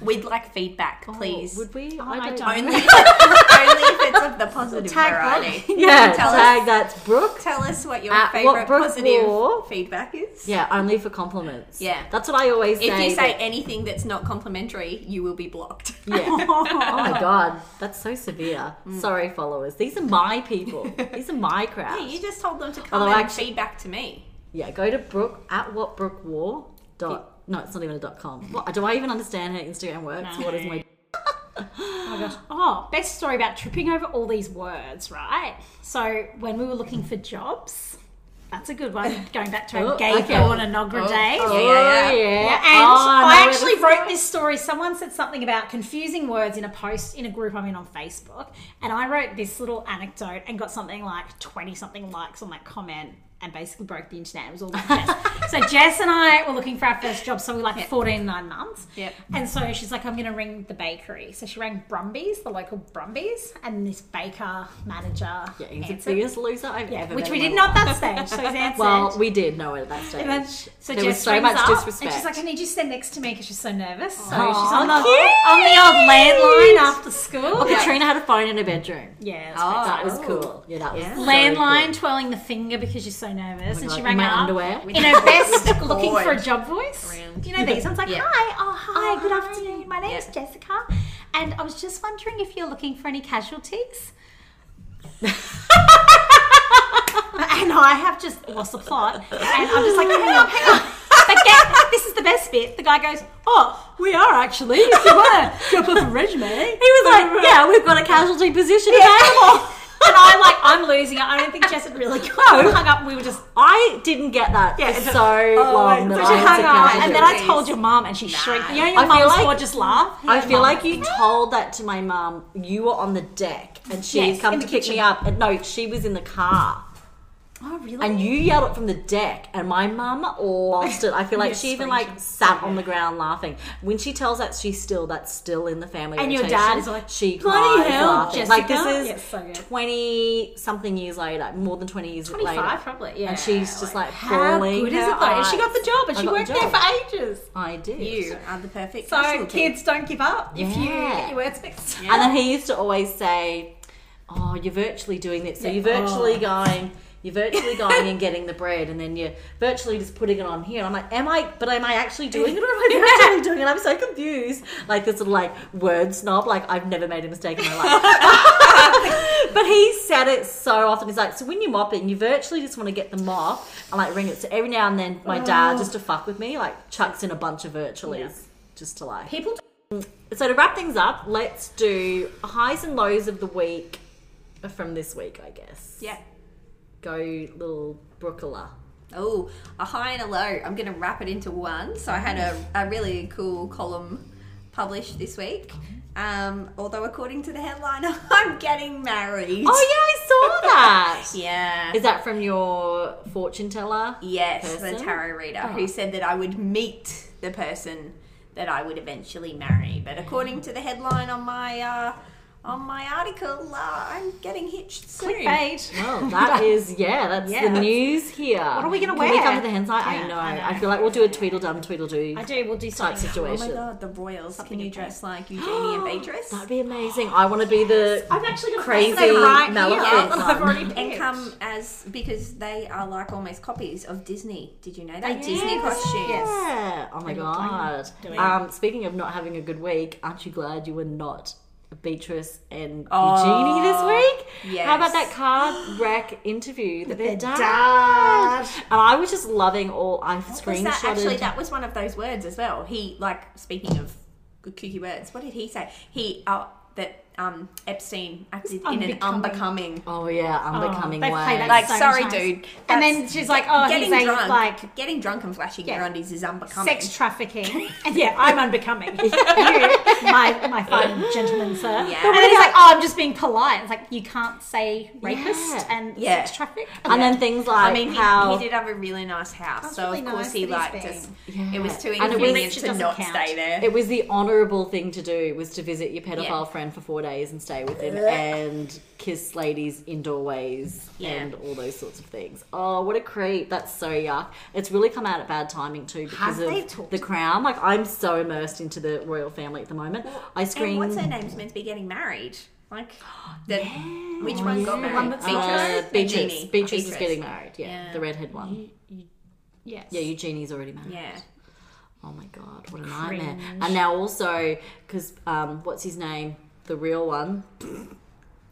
We'd like feedback, please. Oh, would we? Oh, I *laughs* don't. *laughs* Only, only if it's of the positive Tag variety. Yeah, Tell us. tag that's Brooke. Tell us what your At what favourite Brooke positive Wall- feedback is. Yeah, only for compliments. Yeah. that's what I always say. If you say that- anything that's not complimentary, you will be blocked. *laughs* *laughs* yeah. Oh my god, that's so severe. Sorry, followers. These are my people. These are my crowd. Yeah, you just told them to come Although and actually- feedback to me. Yeah, go to Brooke at what Brooke War dot. No, it's not even a dot com. What, do I even understand how Instagram works? What is my? Oh, best story about tripping over all these words, right? So when we were looking for jobs, that's a good one. Going back to Oh, our gay okay. Oh, girl on Inagra Day. Yeah, yeah, yeah. Yeah, and I actually wrote this story. Someone said something about confusing words in a post in a group I'm in on Facebook, and I wrote this little anecdote and got something like twenty something likes on that comment. and basically broke the internet. It was all about *laughs* Jess. so Jess and I were looking for our first job, so we were like 14 and nine months. Yep. And so she's like, I'm going to ring the bakery. So she rang Brumbies, the local Brumbies, and this baker manager. Yeah, he's the answered. biggest loser I've Yeah, ever which met we in didn't my know at that stage. So *laughs* his answer. life. Well, we did know it at that stage. And then, so there Jess was so rings much up, disrespect. And she's like, I need you to stand next to me because she's so nervous. So Aw, she's on the, cute. on the old landline after school. oh, Katrina had a phone in her bedroom. Yeah, that's Oh. fantastic. That was cool. Yeah, that was Yeah. so landline twirling the finger because you're so nervous, cool. and she Like, rang my up underwear. in *laughs* her best With the looking for a cord job voice. around. You know these ones like, Yeah. hi, oh hi, Oh, good hi." afternoon. My name's Yeah. Jessica, and I was just wondering if you're looking for any casualties. *laughs* and I have just lost the plot, and I'm just like, hang on, hang on. But get, this is the best bit. The guy goes, "Oh, we are actually. If you want to drop off a resume, he He was *laughs* like, "Yeah, we've got a casualty position available." *laughs* and I'm like, I'm losing it. I don't think Jess had really got hung up. We were just I didn't get that Yeah, for it's a- so long that so Oh, I she was hung a up, casualty. and then I casualties. told your mum, and she shrieked. You know, I your feel mum's like- gorgeous laugh. I Yeah, feel mum. like you told that to my mum. You were on the deck, and she Yes, had come in to the pick me kitchen. up. And no, she was in the car, Oh really? and you yelled it from the deck. And my mum lost it. I feel *laughs* like Yes, she even screams. like sat on the ground laughing. When she tells that, she's still that's still in the family. And your rotation. dad is like, she "Bloody cries hell, laughing. Like Jessica." this Yes, is so good. twenty something years later, more than twenty years twenty later. five probably. Yeah, And she's just like how bawling good is her it though? And She eyes. got the job, and I she got the worked there job. for ages. I did. You are the perfect So casualty. kids, don't give up if you Yeah. get your words mixed. And then he used to always say, "Oh, you're virtually doing this. So Yeah. you're virtually Oh. going." You're *laughs* virtually going and getting the bread, and then you're virtually just putting it on here. And I'm like, am I? But am I actually doing it, or *laughs* am I virtually doing it? I'm so confused. Like this little like word snob. Like I've never made a mistake in my life. but he said it so often. He's like, so when you mop it, and you virtually just want to get the mop and like ring it. So every now and then, my dad just to fuck with me, like chucks in a bunch of virtuallys Oh. Yeah. just to like People, so to wrap things up, let's do highs and lows of the week from this week, I guess. yeah. Go little Brookala. Oh, a high and a low. I'm going to wrap it into one. So I had a, a really cool column published this week. Mm-hmm. Um, although, according to the headliner, *laughs* I'm getting married. Oh yeah, I *laughs* saw that. yeah. Is that from your fortune teller? Yes, the person? tarot reader Oh. who said that I would meet the person that I would eventually marry. But according to the headline on my uh, on my article, uh, I'm getting hitched soon. clickbait. Well, *laughs* Oh, that is yeah, that's Yeah, the that's- news here. What are we gonna Can we wear? come to the hens night? Yeah, I, know. I know. I feel like we'll do a tweedledum tweedledoo. I do. We'll do Type something. Oh situation. my god, the royals! Something Can you in dress like Eugenie and Beatrice? That'd be amazing. I want to be the. I've actually got a Crazy birthday right here Maleficent that *laughs* I've one. *laughs* already picked. and come as because they are like almost copies of Disney. Did you know that Yes. Disney costumes? Yeah. Oh my Pretty fun. god. Doing- Um, speaking of not having a good week, aren't you glad you were not Beatrice and Oh, Eugenie this week? How about that yes. card wreck interview that they dad? dad. And I was just loving all I Was that actually screenshotted. that was one of those words as well? He like speaking of kooky words. What did he say? He uh, that um Epstein acted in an Unbecoming. unbecoming. Oh yeah, unbecoming they've way. played that Like So many sorry, times. dude. And That's- then she's like, "Oh, getting he's a, drunk, like getting drunk and flashing Yeah. your undies is unbecoming. sex *laughs* trafficking. and yeah, I'm unbecoming. *laughs* you, my, my fine gentleman, sir. Yeah. And then he's like, oh, I'm just being polite. It's like, you can't say rapist Yeah. and Yeah. sex traffic. and then things like I mean, he, how he did have a really nice house, That's so really of course nice he that he's liked us. Yeah. It was too And it was- inconvenient It to doesn't not count. stay there. it was the honourable thing to do was to visit your pedophile Yeah. friend for four days and stay with him and kiss ladies in doorways Yeah. and all those sorts of things. Oh, what a creep! That's so yuck. It's really come out at bad timing too because Have they of talked- the crown. Like I'm so immersed into the royal family at the moment. I and scream. what's her name's meant to be getting married? Like, *gasps* the, which Oh, one yeah. got married? one that's Uh, Beatrice? Beatrice. Eugenie. Beatrice is Beatrice. getting married. Yeah, Yeah. the redhead one. Yes. Yeah, Eugenie's already married. Yeah. Oh my god, what a nightmare! And now also because um, what's his name? The real one,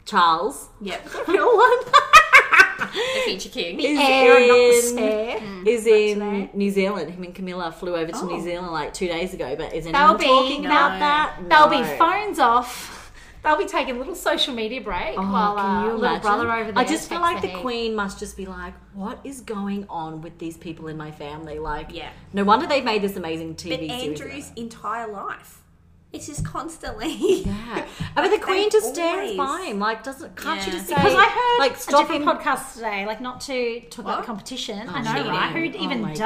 Charles. *laughs* Yep. *laughs* real one. the future *laughs* king. is Heir and not the in- spare. is in today. New Zealand. Him and Camilla flew over to Oh. New Zealand like two days ago. But is They'll anyone be, talking no. about that? They'll be No. phones off. They'll be taking a little social media break Oh, while can uh, you little imagine? brother over there. I just feel takes like the, heat. Queen must just be like, "What is going on with these people in my family?" Like, Yeah. no wonder they've made this amazing TV But series. Andrew's entire life It's just constantly. Yeah, I mean the They queen just stands always- by him. Like, doesn't can't she Yeah. just say? Because I heard like a stop different him. podcast today, like not to talk about What? the competition. Oh, I know, cheating. right? Who Oh even my does?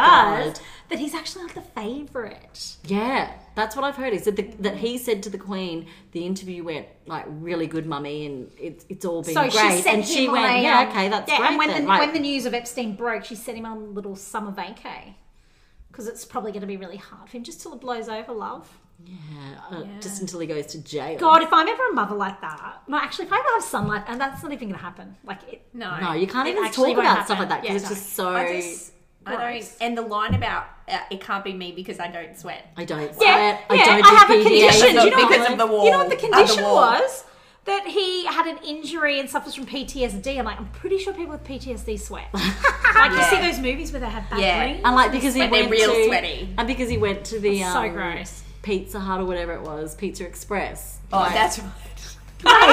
God. That he's actually like the favourite. Yeah, that's what I've heard. Is that the, that he said to the Queen, the interview went like really good, mummy, and it's it's all been So great. she sent and she him went, on a, yeah, um, okay, that's yeah, great. And when then, the like, when the news of Epstein broke, she sent him on a little summer vacay because it's probably going to be really hard for him just till it blows over, love. yeah, uh, Yeah. just until he goes to jail. God, if I'm ever a mother like that, no, actually, if I ever have sunlight, and that's not even going to happen. Like, it, *laughs* No. no, you can't It even actually talk won't about stuff happen. like that because Yeah, it's just so. I just. I don't. Gross. And the line about uh, it can't be me because I don't sweat. I don't sweat. yeah, I yeah, don't I do have a PDA. condition. Do you know because what- of the wall. You know what the Uh, condition wall. was? That he had an injury and suffers from PTSD. I'm like, I'm pretty sure people with PTSD *laughs* sweat. like you see those movies where they have back Yeah. Um, rings. And like because he But they're went real to, sweaty. and because he went to the It's um, so gross. Pizza Hut or whatever it was, Pizza Express. Oh, that's right. *laughs* Oh, right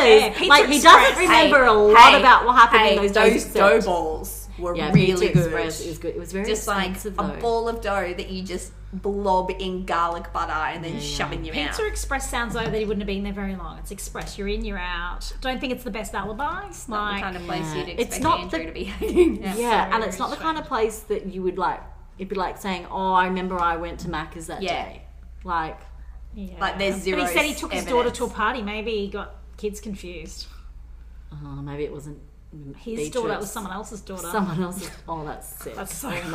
These- there. Pizza like he doesn't Express. remember a Hey, lot hey, about what happened hey, in those those days. dough except- balls were Yeah, Pizza really good. Express is good. It was very Just like expensive a though. ball of dough that you just blob in garlic butter and then Yeah, shove yeah. in your Pizza mouth. Express sounds like that he wouldn't have been there very long. It's Express. You're in, you're out. Don't think it's the best alibi. Not the Like, kind of place Yeah. you'd It's expect not Andrew the- to be *laughs* hanging. yeah, out. so and it's not the kind of place that you would like. It'd be like saying, "Oh, I remember I went to Macca's that Yeah. day." Like, yeah. Like, there's zero But he said he took his daughter evidence. to a party. Maybe he got kids confused. oh, maybe it wasn't mm, His Beatrix. daughter was someone else's daughter. Someone else's. Oh, *laughs* that's sick. *laughs* That's so. Okay, Oh my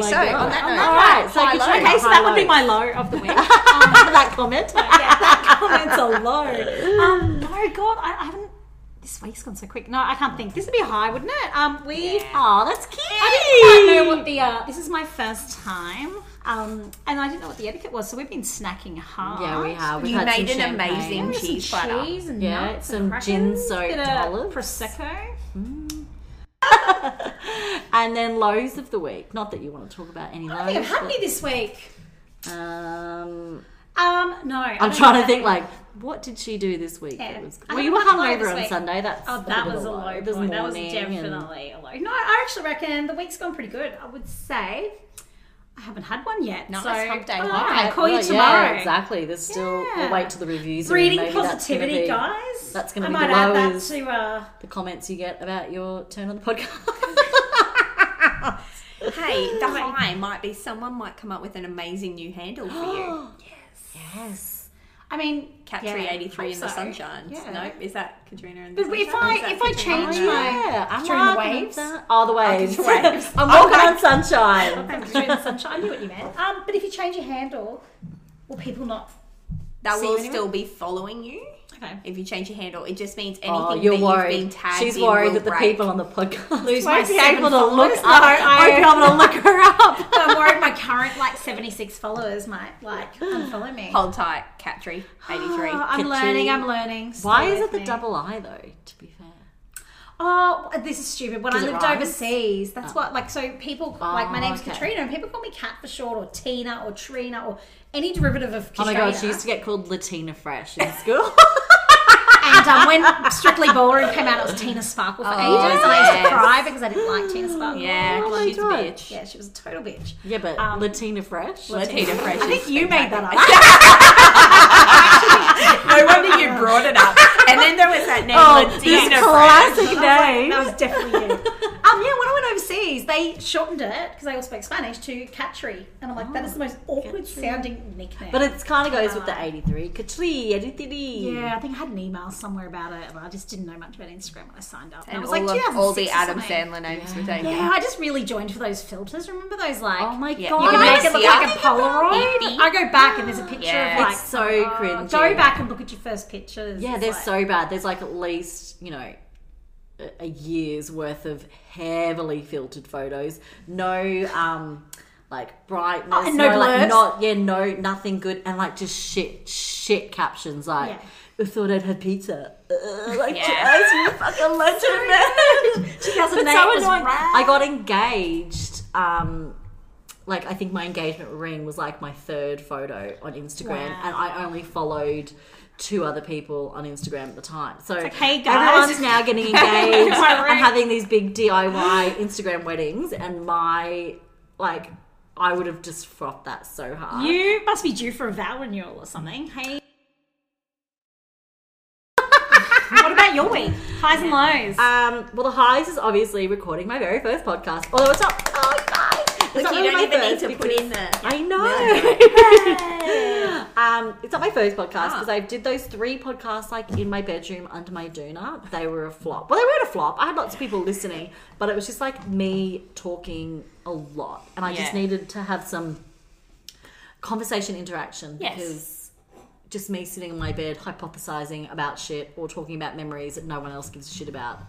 so God. on that Oh my God. note, All right, so High could you low. make okay, so that would be high my low of the week. Um, low? that *laughs* comment. yeah, *laughs* that comment's a low. Um, no, God, I, I haven't. This week's gone so quick. No, I can't think. This would be a high, wouldn't it? Um, we. Oh, that's cute. I didn't quite know what the. Uh, this is my first time, um, and I didn't know what the etiquette was, so we've been snacking hard. Yeah, we have. We've You had made some an champagne. amazing- Maybe Cheese some platter. cheese and Yeah, nuts some and crackers, gin-soaked bit of olives. prosecco. And then lows of the week. Not that you want to talk about any I think I've lows. had any this week. but, um, Um, no, I I'm don't trying to have think any. like, what did she do this week? that Yeah. was- I well, you were haven't had a low this hungover on week. Sunday. That's Oh, a that bit of was a low It point. was That was morning and- definitely a low. No, I actually reckon the week's gone pretty good. I would say I haven't had one yet. Nice so hump day. Oh, Alright, I'll call you Well, tomorrow. Yeah, exactly. There's still. Yeah. We'll wait till the reviews. are in. Breeding Maybe that's gonna positivity, be guys. that's gonna I be might the add that lowest. to. Uh, The comments you get about your turn on the podcast. *gasps* hey, the high might be someone might come up with an amazing new handle *gasps* for you. yes. I mean, Cat yeah, three eighty three hope in the so. sunshine. Yeah. No, is that Katrina and the But if Sunshine? I Is that if I Katrina? change my Yeah, I'm During the laughing at waves? that. Oh, the waves. the waves. *laughs* I'm walking on sunshine. Thank you, Drew the sunshine, I knew what you meant. Um, but if you change your handle, will people not? that See will you anyway? still be following you. Okay. If you change your handle, it just means anything Oh, you're that worried. you've been tagged She's in worried will that the break. people on the podcast *laughs* Lose my won't be seven able to followers? look No, up. I- won't be able to look her up. *laughs* I'm worried my current like 76 followers might like unfollow me. hold tight, cat tree eighty *gasps* three. Oh, I'm Kitchen. learning. I'm learning. Stay Why is with it the me. double I though? To be fair. Oh, this is stupid. When Does I it lived rhyme? overseas, that's what like so people like my Oh, name's okay. Katrina and people call me Cat for short or Tina or Trina or any derivative of Oh my Katrina. god, she used to get called Latina *laughs* Fresh in school. and um, when Strictly Ballroom came out, it was Tina Sparkle for Oh, ages, and I used to yes. cry because I didn't like Tina Sparkle. Yeah, *laughs* Oh my she's a God. bitch. yeah, she was a total bitch. yeah, but Um, Latina Fresh. Latina fresh. I think is you made that spectacular. up. No wonder *laughs* you brought it up. And then there was that name, Oh, this Latina Fresh. classic I was like, name. *laughs* That was definitely you. um, yeah, when I went overseas, they shortened it because they all spoke Spanish to Catri, and I'm like, that is the most awkward sounding nickname. But it kind of goes with the 83. Katri, 83. yeah, I think I had an email somewhere about it, and I just didn't know much about Instagram when I signed up. And, And it was all, like of, all the 2006 or Adam something. Sandler names were taken. Yeah, I just really joined for those filters. Remember those like? Oh my Yeah, god. You can I make it see look it. like a Polaroid. Yippee. I go back and there's a picture Yeah. of like It's so oh, cringy. Go back and look at your first pictures. Yeah, It's they're like- so bad. There's like at least, you know, a, a year's worth of heavily filtered photos. No, um, like brightness. Oh, and no blurs. like not yeah, no, nothing good, and like just shit, shit captions. Like, Yeah. I thought I'd had pizza. Uh, *laughs* like, Yeah. Jesus, you *laughs* fucking legend, man. That's But amazing. so It was annoying. rad. I got engaged. Um, like I think my engagement ring was like my third photo on Instagram, Wow. and I only followed two other people on Instagram at the time. So like, hey, guys. everyone's now *laughs* getting engaged My ring. and having these big DIY Instagram weddings, and my like I would have just frothed that so hard. You must be due for a vow renewal or something. *laughs* Hey. what about your week? Highs and lows. Uh, Um, well, the highs is obviously recording my very first podcast. Although it's not, oh guys, it's Look, not you really don't my even need first to put because- in the. I Yeah. know. *laughs* um, it's not my first podcast because Ah. I did those three podcasts like in my bedroom under my doona. They were a flop. Well, they weren't a flop. I had lots of people listening, but it was just like me talking a lot, and I just Yeah. needed to have some conversation interaction Yes. because just me sitting in my bed hypothesizing about shit or talking about memories that no one else gives a shit about,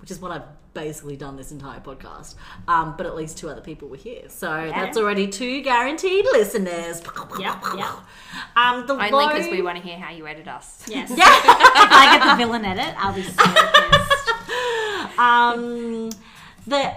which is what I've basically done this entire podcast. Um, but at least two other people were here, so that's already two guaranteed listeners. Yep, yep. Um, the Only low- because we want to hear how you edit us. *laughs* yes. If Yeah. I get the villain edit, I'll be so pissed. um, the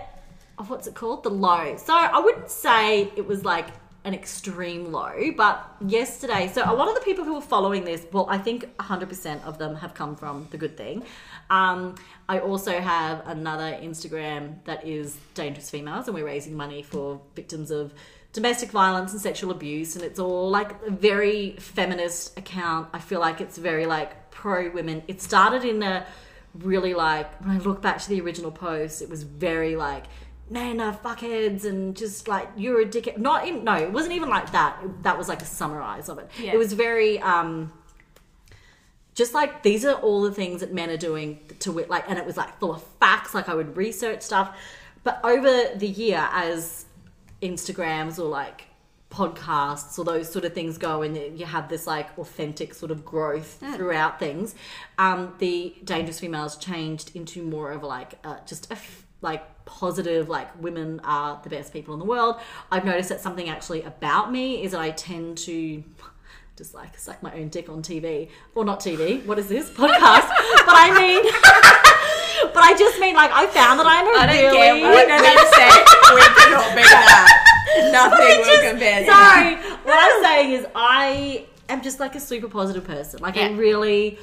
oh, what's it called? The low. So I wouldn't say it was like an extreme low, but yesterday. So a lot of the people who were following this, well, I think 100% of them have come from the good thing. Um, I also have another Instagram that is Dangerous Females, and we're raising money for victims of domestic violence and sexual abuse and it's all like a very feminist account i feel like it's very like pro women it started in a really like when I look back to the original post, it was very like men are fuckheads and just like you're a dickhead. Not in, no, it wasn't even like that. It- that was like a summarize of it. Yeah. It was very um just like these are all the things that men are doing to wit like and it was like full of facts like i would research stuff but over the year as instagrams or like podcasts or those sort of things go and you have this like authentic sort of growth Hmm. throughout things um the dangerous females changed into more of like uh, just a f- like positive like women are the best people in the world i've noticed that something actually about me is that i tend to *laughs* just like suck my own dick on TV or not TV. What is this podcast? *laughs* but I mean, but I just mean *laughs* like I found that I'm a I don't really care *laughs* what men say. We cannot be *laughs* that. Nothing *laughs* will compare. to that. sorry. *laughs* What I'm saying is I am just like a super positive person. Like I Yeah. really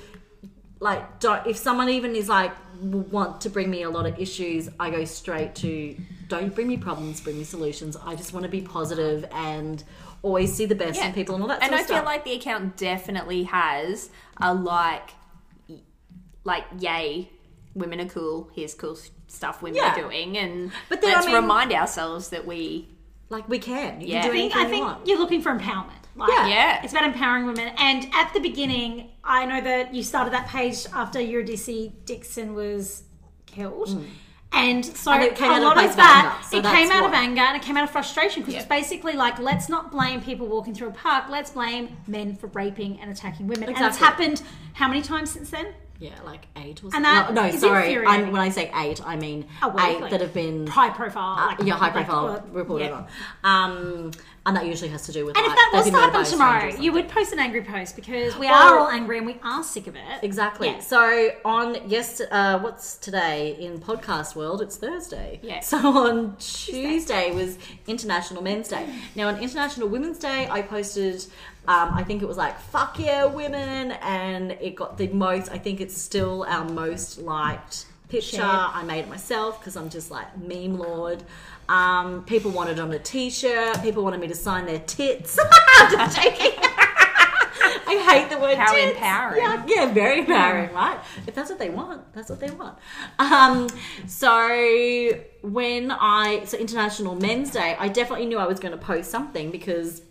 like don't if someone even is like want to bring me a lot of issues, I go straight to don't bring me problems, bring me solutions. I just want to be positive and always see the best in Yeah. people and all that and sort I of stuff. feel like the account definitely has a like, y- like yay, women are cool. Here's cool s- stuff women Yeah. are doing, and But but then, I let's mean- remind ourselves that we Like we can. You Yeah. can I do think, anything I you think want. you're looking for empowerment. Like, Yeah. Yeah. It's about empowering women. And at the beginning, I know that you started that page after Eurydice Dixon was killed. And so Mm. And it came a out of lot place of of that, anger, so it came that's out of why. anger and it came out of frustration because Yeah. it's basically like, let's not blame people walking through a park, let's blame men for raping and attacking women. And it's Exactly. happened how many times since then? Yeah, like eight or something. And that no, no, is sorry. infuriating. I'm, when I say eight, I mean Oh, well, eight like- that have been High profile. uh, like- yeah, high like, profile uh, reported yeah. on. Uh, Um, and that usually has to do with And if like, that they've was been to murdered by happen a stranger or tomorrow, something. you would post an angry post because we Well- are all angry and we are sick of it. Exactly. Yeah. So on yes, uh, what's today in podcast world? It's Thursday. Yeah. So on Tuesday was International Men's Day. Now on International Women's Day, I posted. Um, I think it was like "fuck yeah, women," and it got the most. I think it's still our most liked picture. Shared. I made it myself because I'm just like meme lord. Um, people wanted it on a t-shirt. People wanted me to sign their tits. *laughs* I'm just joking. I hate the word How tits. empowering. Yeah, yeah, very empowering, right? If that's what they want, that's what they want. Um, so when I so International Men's Day, I definitely knew I was going to post something because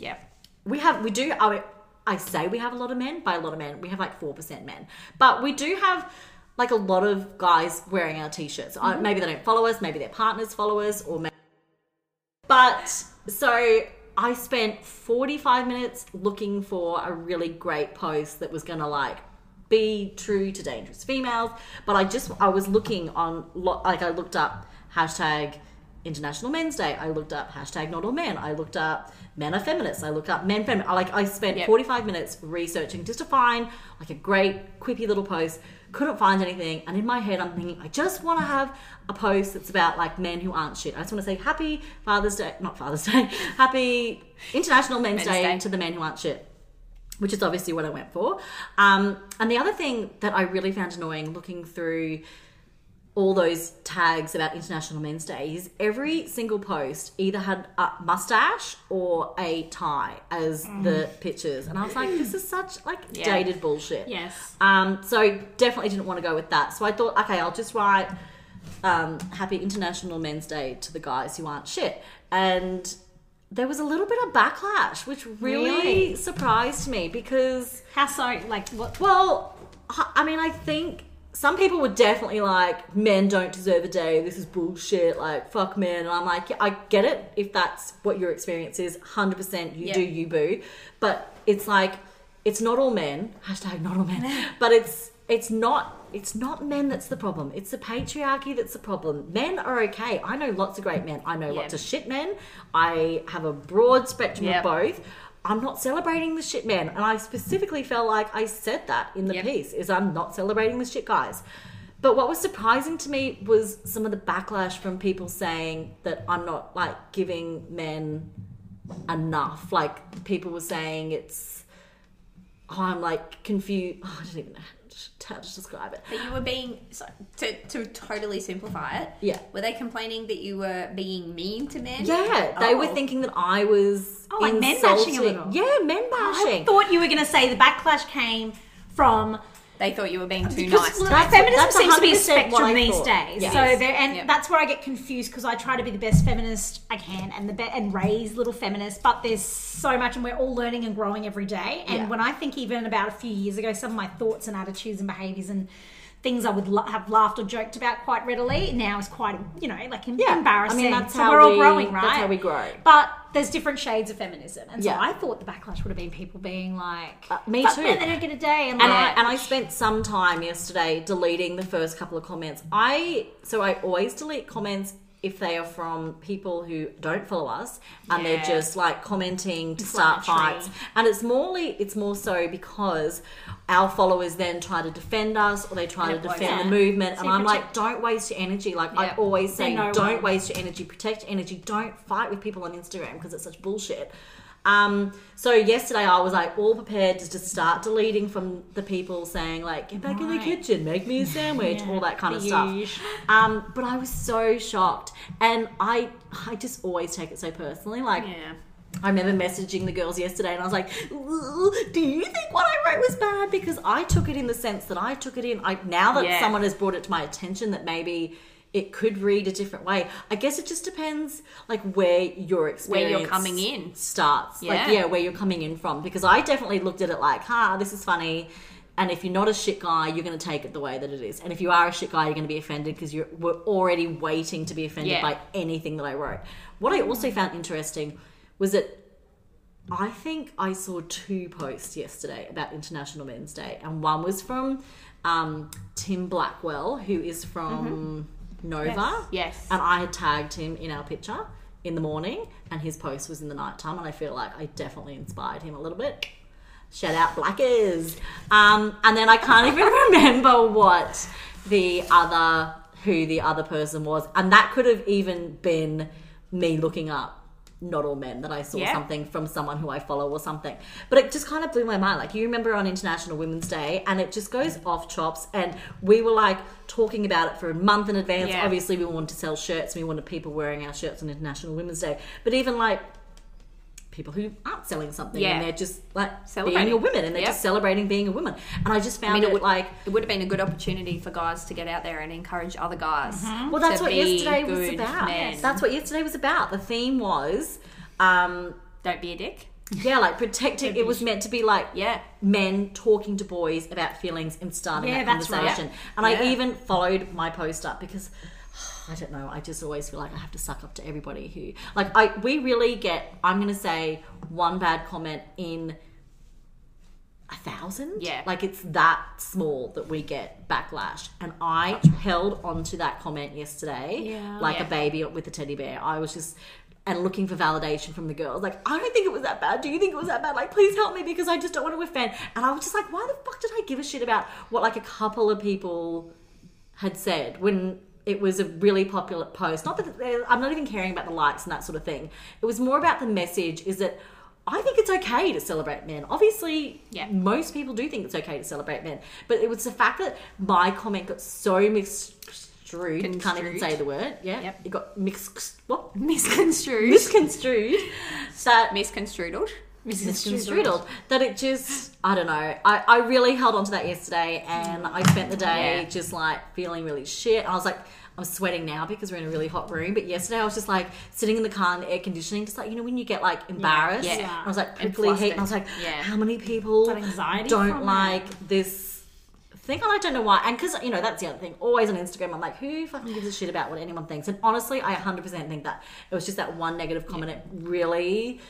yeah. we have we do I, I say we have a lot of men by a lot of men we have like 4% men but we do have like a lot of guys wearing our t-shirts I, Mm-hmm. maybe they don't follow us maybe their partners follow us or maybe but so I spent 45 minutes looking for a really great post that was gonna like be true to dangerous females but I just I was looking on lo- like I looked up hashtag International Men's Day. I looked up hashtag not all men. I looked up men are feminists. I looked up men feminists. Like I spent Yep. 45 minutes researching just to find like a great quippy little post. Couldn't find anything. And in my head, I'm thinking, I just want to have a post that's about like men who aren't shit. I just want to say happy Father's Day, not Father's Day, *laughs* happy International Men's, Men's Day. Day to the men who aren't shit which is obviously what I went for. Um, and the other thing that I really found annoying looking through all those tags about International Men's Day is every single post either had a mustache or a tie as the pictures, and I was like, this is such like Mm. Yeah. dated bullshit. Yes. Um, so definitely didn't want to go with that. So I thought, okay, I'll just write um, Happy International Men's Day to the guys who aren't shit. And there was a little bit of backlash, which really, Really? surprised me because, How so? Like what? well, I I mean, I think some people were definitely like, men don't deserve a day. This is bullshit. Like, fuck men. And I'm like, yeah, I get it if that's what your experience is. 100% you Yeah. do you, boo. But it's like, it's not all men. Hashtag not all *laughs* men. But it's, it's not. It's not men that's the problem. It's the patriarchy that's the problem. Men are okay. I know lots of great men. I know Yeah. lots of shit men. I have a broad spectrum Yep. of both. I'm not celebrating the shit men. And I specifically felt like I said that in the Yep. piece is I'm not celebrating the shit guys. But what was surprising to me was some of the backlash from people saying that I'm not like giving men enough. Like people were saying it's oh, I'm like confused. Oh, I don't even know how to describe it. But you were being so, to to totally simplify it. Yeah. Were they complaining that you were being mean to men? Yeah, they were Oh. thinking that I was Oh, like men bashing a insulting- little. Yeah, men bashing. I thought you were going to say the backlash came from They thought you were being too Because nice. look, To That's- feminism that's seems to be a 100% what I spectrum these thought. days. Yes. So there, and Yep. that's where I get confused because I try to be the best feminist I can and the be- and raise little feminists, but there's so much, and we're all learning and growing every day. And Yeah. when I think even about a few years ago, some of my thoughts and attitudes and behaviors and things I would la- have laughed or joked about quite readily now is quite you know like em- Yeah. embarrassing. I mean, that's so how we're all we- growing, right? That's how we grow. But there's different shades of feminism, and so Yeah. I thought the backlash would have been people being like, Uh, me "Fuck too." men, they don't get a day," and, and I like, and I spent some time yesterday deleting the first couple of comments. I so I always delete comments if they are from people who don't follow us and Yeah. they're just like commenting to start Inflammatory. fights. And it's morely it's more so because our followers then try to defend us or they try And to it works defend the out. movement. So and you I'm like, protect- don't waste your energy. Like Yeah. I always say, They're no don't one. waste your energy. Protect your energy. Don't fight with people on Instagram because it's such bullshit. Um, so yesterday I was like all prepared to just start deleting from the people saying like get back in the Right. kitchen, make me a sandwich, all that kind of the stuff. huge. Um, but I was so shocked, and I I just always take it so personally. Like yeah. I remember messaging the girls yesterday, and I was like, "Ugh, "Do you think what I wrote was bad?" Because I took it in the sense that I took it in. I now that Yeah. someone has brought it to my attention that maybe it could read a different way. I guess it just depends, like where your Where experience you're coming in. starts. Yeah. Like yeah, where you're coming in from. Because I definitely looked at it like, "Ha, this is funny." And if you're not a shit guy, you're going to take it the way that it is. And if you are a shit guy, you're going to be offended because you were already waiting to be offended Yeah. by anything that I wrote. What I also found interesting was that I think I saw two posts yesterday about International Men's Day, and one was from um, Tim Blackwell, who is from Nova. Mm-hmm. Yes. And I had tagged him in our picture in the morning, and his post was in the nighttime, and I feel like I definitely inspired him a little bit. Shout out Blackers. Um, and then I can't *laughs* even remember what the other who the other person was, and that could have even been me looking up not all men that I saw Yeah. something from someone who I follow or something. But it just kind of blew my mind. Like you remember on International Women's Day, and it just goes off chops, and we were like talking about it for a month in advance. Yeah. Obviously, we wanted to sell shirts, we wanted people wearing our shirts on International Women's Day. But even like people who aren't selling something Yeah. and they're just like being Celebrating. a woman and they're Yep. just celebrating being a woman. And I just found I mean, it, it would like it would have been a good opportunity for guys to get out there and encourage other guys. Mm-hmm. well that's to what be yesterday was good about. men. That's what yesterday was about. The theme was um Don't be a dick. yeah, like protecting it was meant to be like Yeah. men talking to boys about feelings and starting Yeah, that that's right. conversation. And Yeah. I even followed my post up because *sighs* I don't know, I just always feel like I have to suck up to everybody who like I we really get I'm gonna say one bad comment in a thousand. Yeah. Like it's that small that we get backlash. And I held on to that comment yesterday Yeah. like Yeah. a baby with a teddy bear. I was just and looking for validation from the girls. Like, I don't think it was that bad. Do you think it was that bad? Like, please help me because I just don't want to offend. And I was just like, why the fuck did I give a shit about what like a couple of people had said when it was a really popular post. Not that they're- I'm not even caring about the likes and that sort of thing. It was more about the message is that I think it's okay to celebrate men. Obviously, Yeah. most people do think it's okay to celebrate men, but it was the fact that my comment got so mis- construed. Can't even Construed. say the word. Yeah. Yep. It got mixed. What? Misconstrued. *laughs* Misconstrued. That Misconstrued. misconstrued. That it just. I don't know. I, I really held on to that yesterday, and I spent the day Yeah. just like feeling really shit. I was like. I'm sweating now because we're in a really hot room. But yesterday I was just like sitting in the car in the air conditioning, just like you know when you get like embarrassed. yeah. And I was like And prickly heat. And I was flustered. like, Yeah. how many people That anxiety from don't it. like this thing and I don't know why and because you know that's the other thing always on Instagram I'm like who fucking gives a shit about what anyone thinks and honestly I 100% think that it was just that one negative comment it really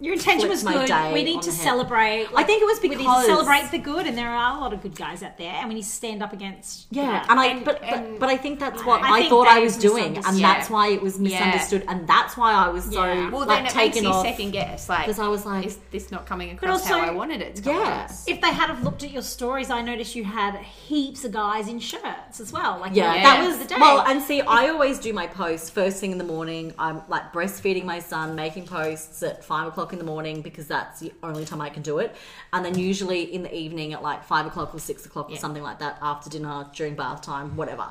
Your intention Flipped was my good. day We on need to the head. celebrate. I think it was we need to because celebrate the good, and there are a lot of good guys out there, and we need to stand up against. the yeah bad. and I And- but, and- but but I think that's what I I, think thought that I is was doing and misunderstood. that's why it was Yeah. misunderstood and that's why I was so Yeah. Well, like then it makes taken you off second guess. Like, because I was like is this not coming across also- how I wanted it to come yeah across? if they had have looked at your stories, I noticed you had heaps of guys in shirts as well. Like Yeah, yeah, that the was day. well. And see, I always do my posts first thing in the morning. I'm like breastfeeding my son, making posts at five o'clock in the morning because that's the only time I can do it. And then usually in the evening at like five o'clock or six o'clock or something like that after dinner, during bath time, whatever.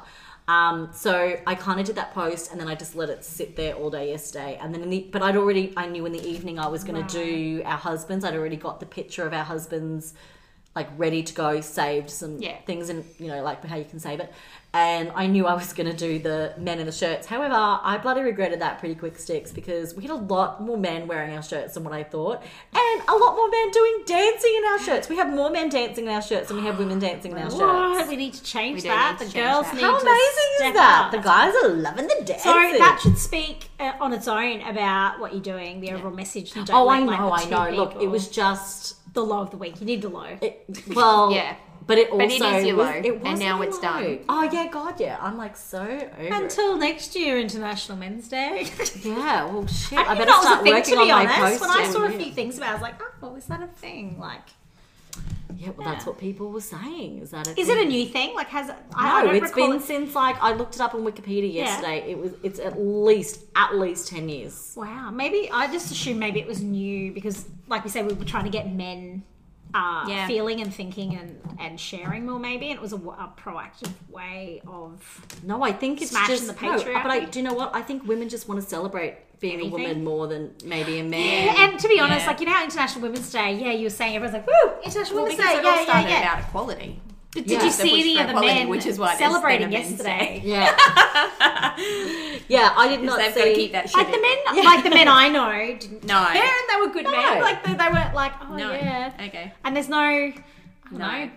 Um, so I kind of did that post and then I just let it sit there all day yesterday. And then in the but I'd already I knew in the evening I was going to do our husbands. I'd already got the picture of our husbands like ready to go, saved some Yeah. things and you know like how you can save it. And I knew I was going to do the men in the shirts. However, I bloody regretted that pretty quick sticks because we had a lot more men wearing our shirts than what I thought, and a lot more men doing dancing in our shirts. We have more men dancing in our shirts than we have women dancing in our What? shirts. We need to change We do that. need to the change girls that. need How to amazing is step that? up. The guys are loving the dancing. So that should speak uh, on its own about what you're doing, the overall message. You don't oh, let, I like, know, the I two know. Look, it people- was just the low of the week. You need the low. It, well, Yeah. but it also But it is your was- low, it was and now my it's done. low. Oh yeah, God, yeah. I'm like so over it. Until next year, International Men's Day. Yeah, well, shit. I, I, didn't know *laughs* that better was start a thing, working to be on my honest. When I posting. saw a few things about, it, I was like, oh, well, is that a thing? Like, Yeah, well, that's what people were saying. Is that a is it a new thing? Like, has I, I No, don't it's recall been it- since like I looked it up on Wikipedia Yeah. yesterday. It was it's at least at least ten years. Wow, maybe I just assumed maybe it was new because, like we said, we were trying to get men uh, Yeah. feeling and thinking and, and sharing more, maybe, and it was a, w- a proactive way of No, I think it's Smashing just the no, but I patriarchy. do you know what? I think women just want to celebrate being Anything? a woman more than maybe a man. Yeah, and to be honest, Yeah. like you know how International Women's Day, yeah, you were saying everyone's like, woo, International Well, Women's because Day, it all yeah, yeah, started yeah. about equality. But Yeah. did you The push see any for of the equality, men which is why it's celebrating been a men's yesterday? *laughs* Yeah. yeah, I did not *laughs* They've see. got to keep that shit. Like the in. men, like the men I know, didn't No. *laughs* care, and they were good No. men. Like they, they weren't like, oh No. yeah, Okay. and there's no, I don't No. know,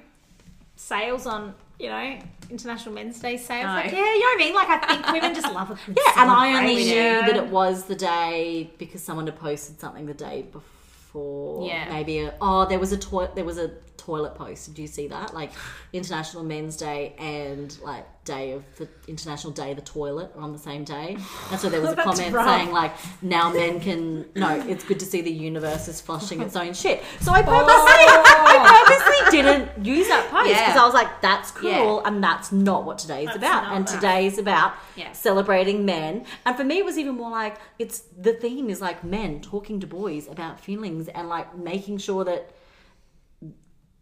sales on you know International Men's Day sales. No. Like yeah, you know what I mean. Like I think women just love it. Yeah, and I only Celebration. knew that it was the day because someone had posted something the day before. Yeah. Maybe a, oh, there was a toi- there was a toilet post. Did you see that? Like International Men's Day and like Day of the International Day of the Toilet are on the same day. And so there was a *laughs* That's comment rough. saying like now men can no, it's good to see the universe is flushing its own shit. So I purposely Oh. *laughs* I purposely didn't use that post Yeah. because I was like that's cool and that's not what today is That's about. not And that. today is about Yeah. celebrating men. And for me, it was even more like it's the theme is like men talking to boys about feelings and like making sure that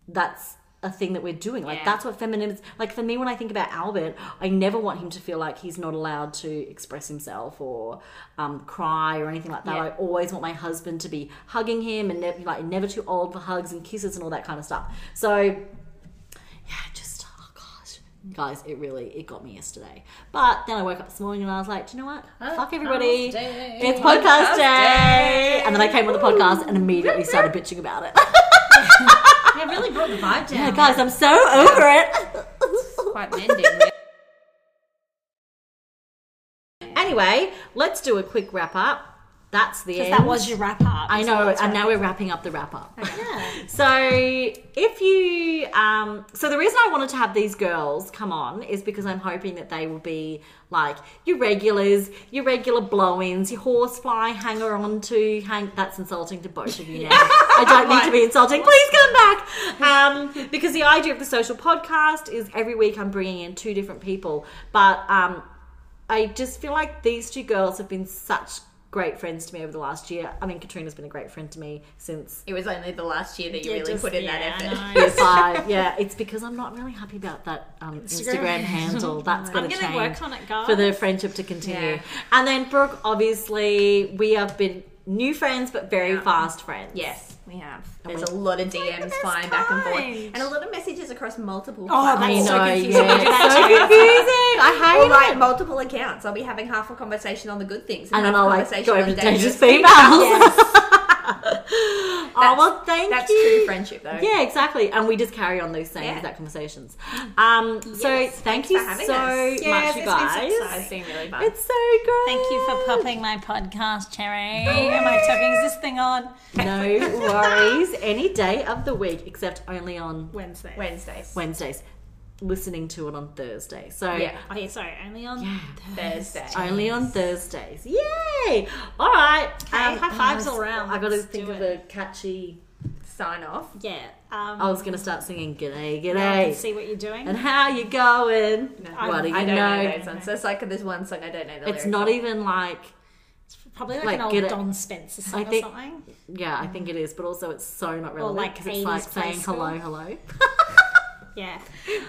that's a thing that we're doing. Like Yeah. that's what feminism. Like for me, when I think about Albert, I never want him to feel like he's not allowed to express himself or um, cry or anything like that. Yeah. I always want my husband to be hugging him and never like never too old for hugs and kisses and all that kind of stuff. So yeah, just oh gosh, guys, it really it got me yesterday. But then I woke up this morning and I was like, do you know what? Fuck everybody, day. it's podcast Podcast day. day. And then I came on the podcast and immediately started bitching about it. *laughs* It really brought the vibe down. yeah, guys, I'm so over it. Quite mending. *laughs* really. Anyway, let's do a quick wrap up. That's the end. Because that was your wrap up. I know, and now we're wrapping up the wrap up. Yeah. *laughs* So if you, um, so the reason I wanted to have these girls come on is because I'm hoping that they will be like your regulars, your regular blow-ins, your horsefly hanger on to hang. That's insulting to both of you now. I don't need to be insulting. Please come back. Um, because the idea of the social podcast is every week I'm bringing in two different people, but um, I just feel like these two girls have been such great friends to me over the last year. I mean, Katrina's been a great friend to me since *laughs* It was only the last year that you Yeah, really just- put in yeah, that effort. *laughs* I know. year five. Yeah, it's because I'm not really happy about that um, Instagram. Instagram. handle. That's got I'm to gonna change work on it, guys. for the friendship to continue. Yeah. And then Brooke, obviously, we have been new friends, but very Yeah. fast friends. Yes, we have. And There's we- a lot of DMs best flying back and forth, kind. and a lot of messages across multiple. Oh, I that's know, so yeah, confusing. it's so confusing. I hate Or like it. multiple accounts. I'll be having half a conversation on the good things, And then half a I'll like conversation go on over to dangerous dangerous females. oh *laughs* That's- well, thank That's you. true friendship, though. Yeah, exactly. And we just carry on those same Yeah. exact conversations. Um, so Yes, thank thanks you for having so us. much, you guys. It's been really fun. it's so good. Thank you for popping my podcast, Cherry. Am I tucking this thing on No worries. Any day of the week, except only on Wednesday? Wednesdays, Wednesdays. Listening to it on Thursday. So Yeah. Oh yeah, sorry, only on Thursday. Thursday. only on Thursdays. Yay! All right. Okay, high fives oh, all round. I got to Let's think do of it. a catchy. Sign off. Yeah. Um, I was going to start singing "G'day, I can G'day" see what you're doing. Oh, and "How you going?" No, what do you I don't know, know? those ones. There's like there's one song I don't know the It's lyrics. not e- even like It's probably like, like, an old get it- Don Spencer song I think- or something. yeah, I think it is, but also it's so not relevant like because it's like 80s play saying hello, school. hello. Yeah.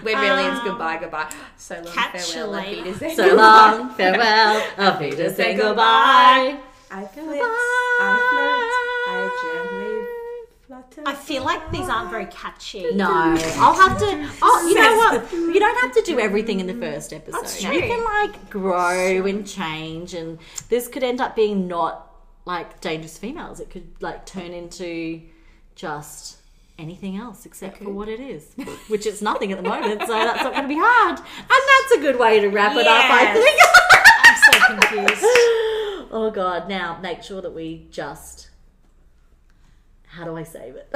We're really is Ah. Um, goodbye, goodbye. So long, catch farewell, you later. auf Wiedersehen. So long, farewell, auf Wiedersehen, goodbye. I flipped, I flipped, I gently I fluttered. feel like these aren't very catchy. No, I'll have to. Oh, you know what? You don't have to do everything in the first episode. That's You true. can like grow and change, and this could end up being not like dangerous females. It could like turn into just anything else except for what it is, which it's nothing at the moment. So that's not going to be hard, and that's a good way to wrap it up. I Yes. think. I'm so confused. *laughs* Oh god, now make sure that we just how do I save it?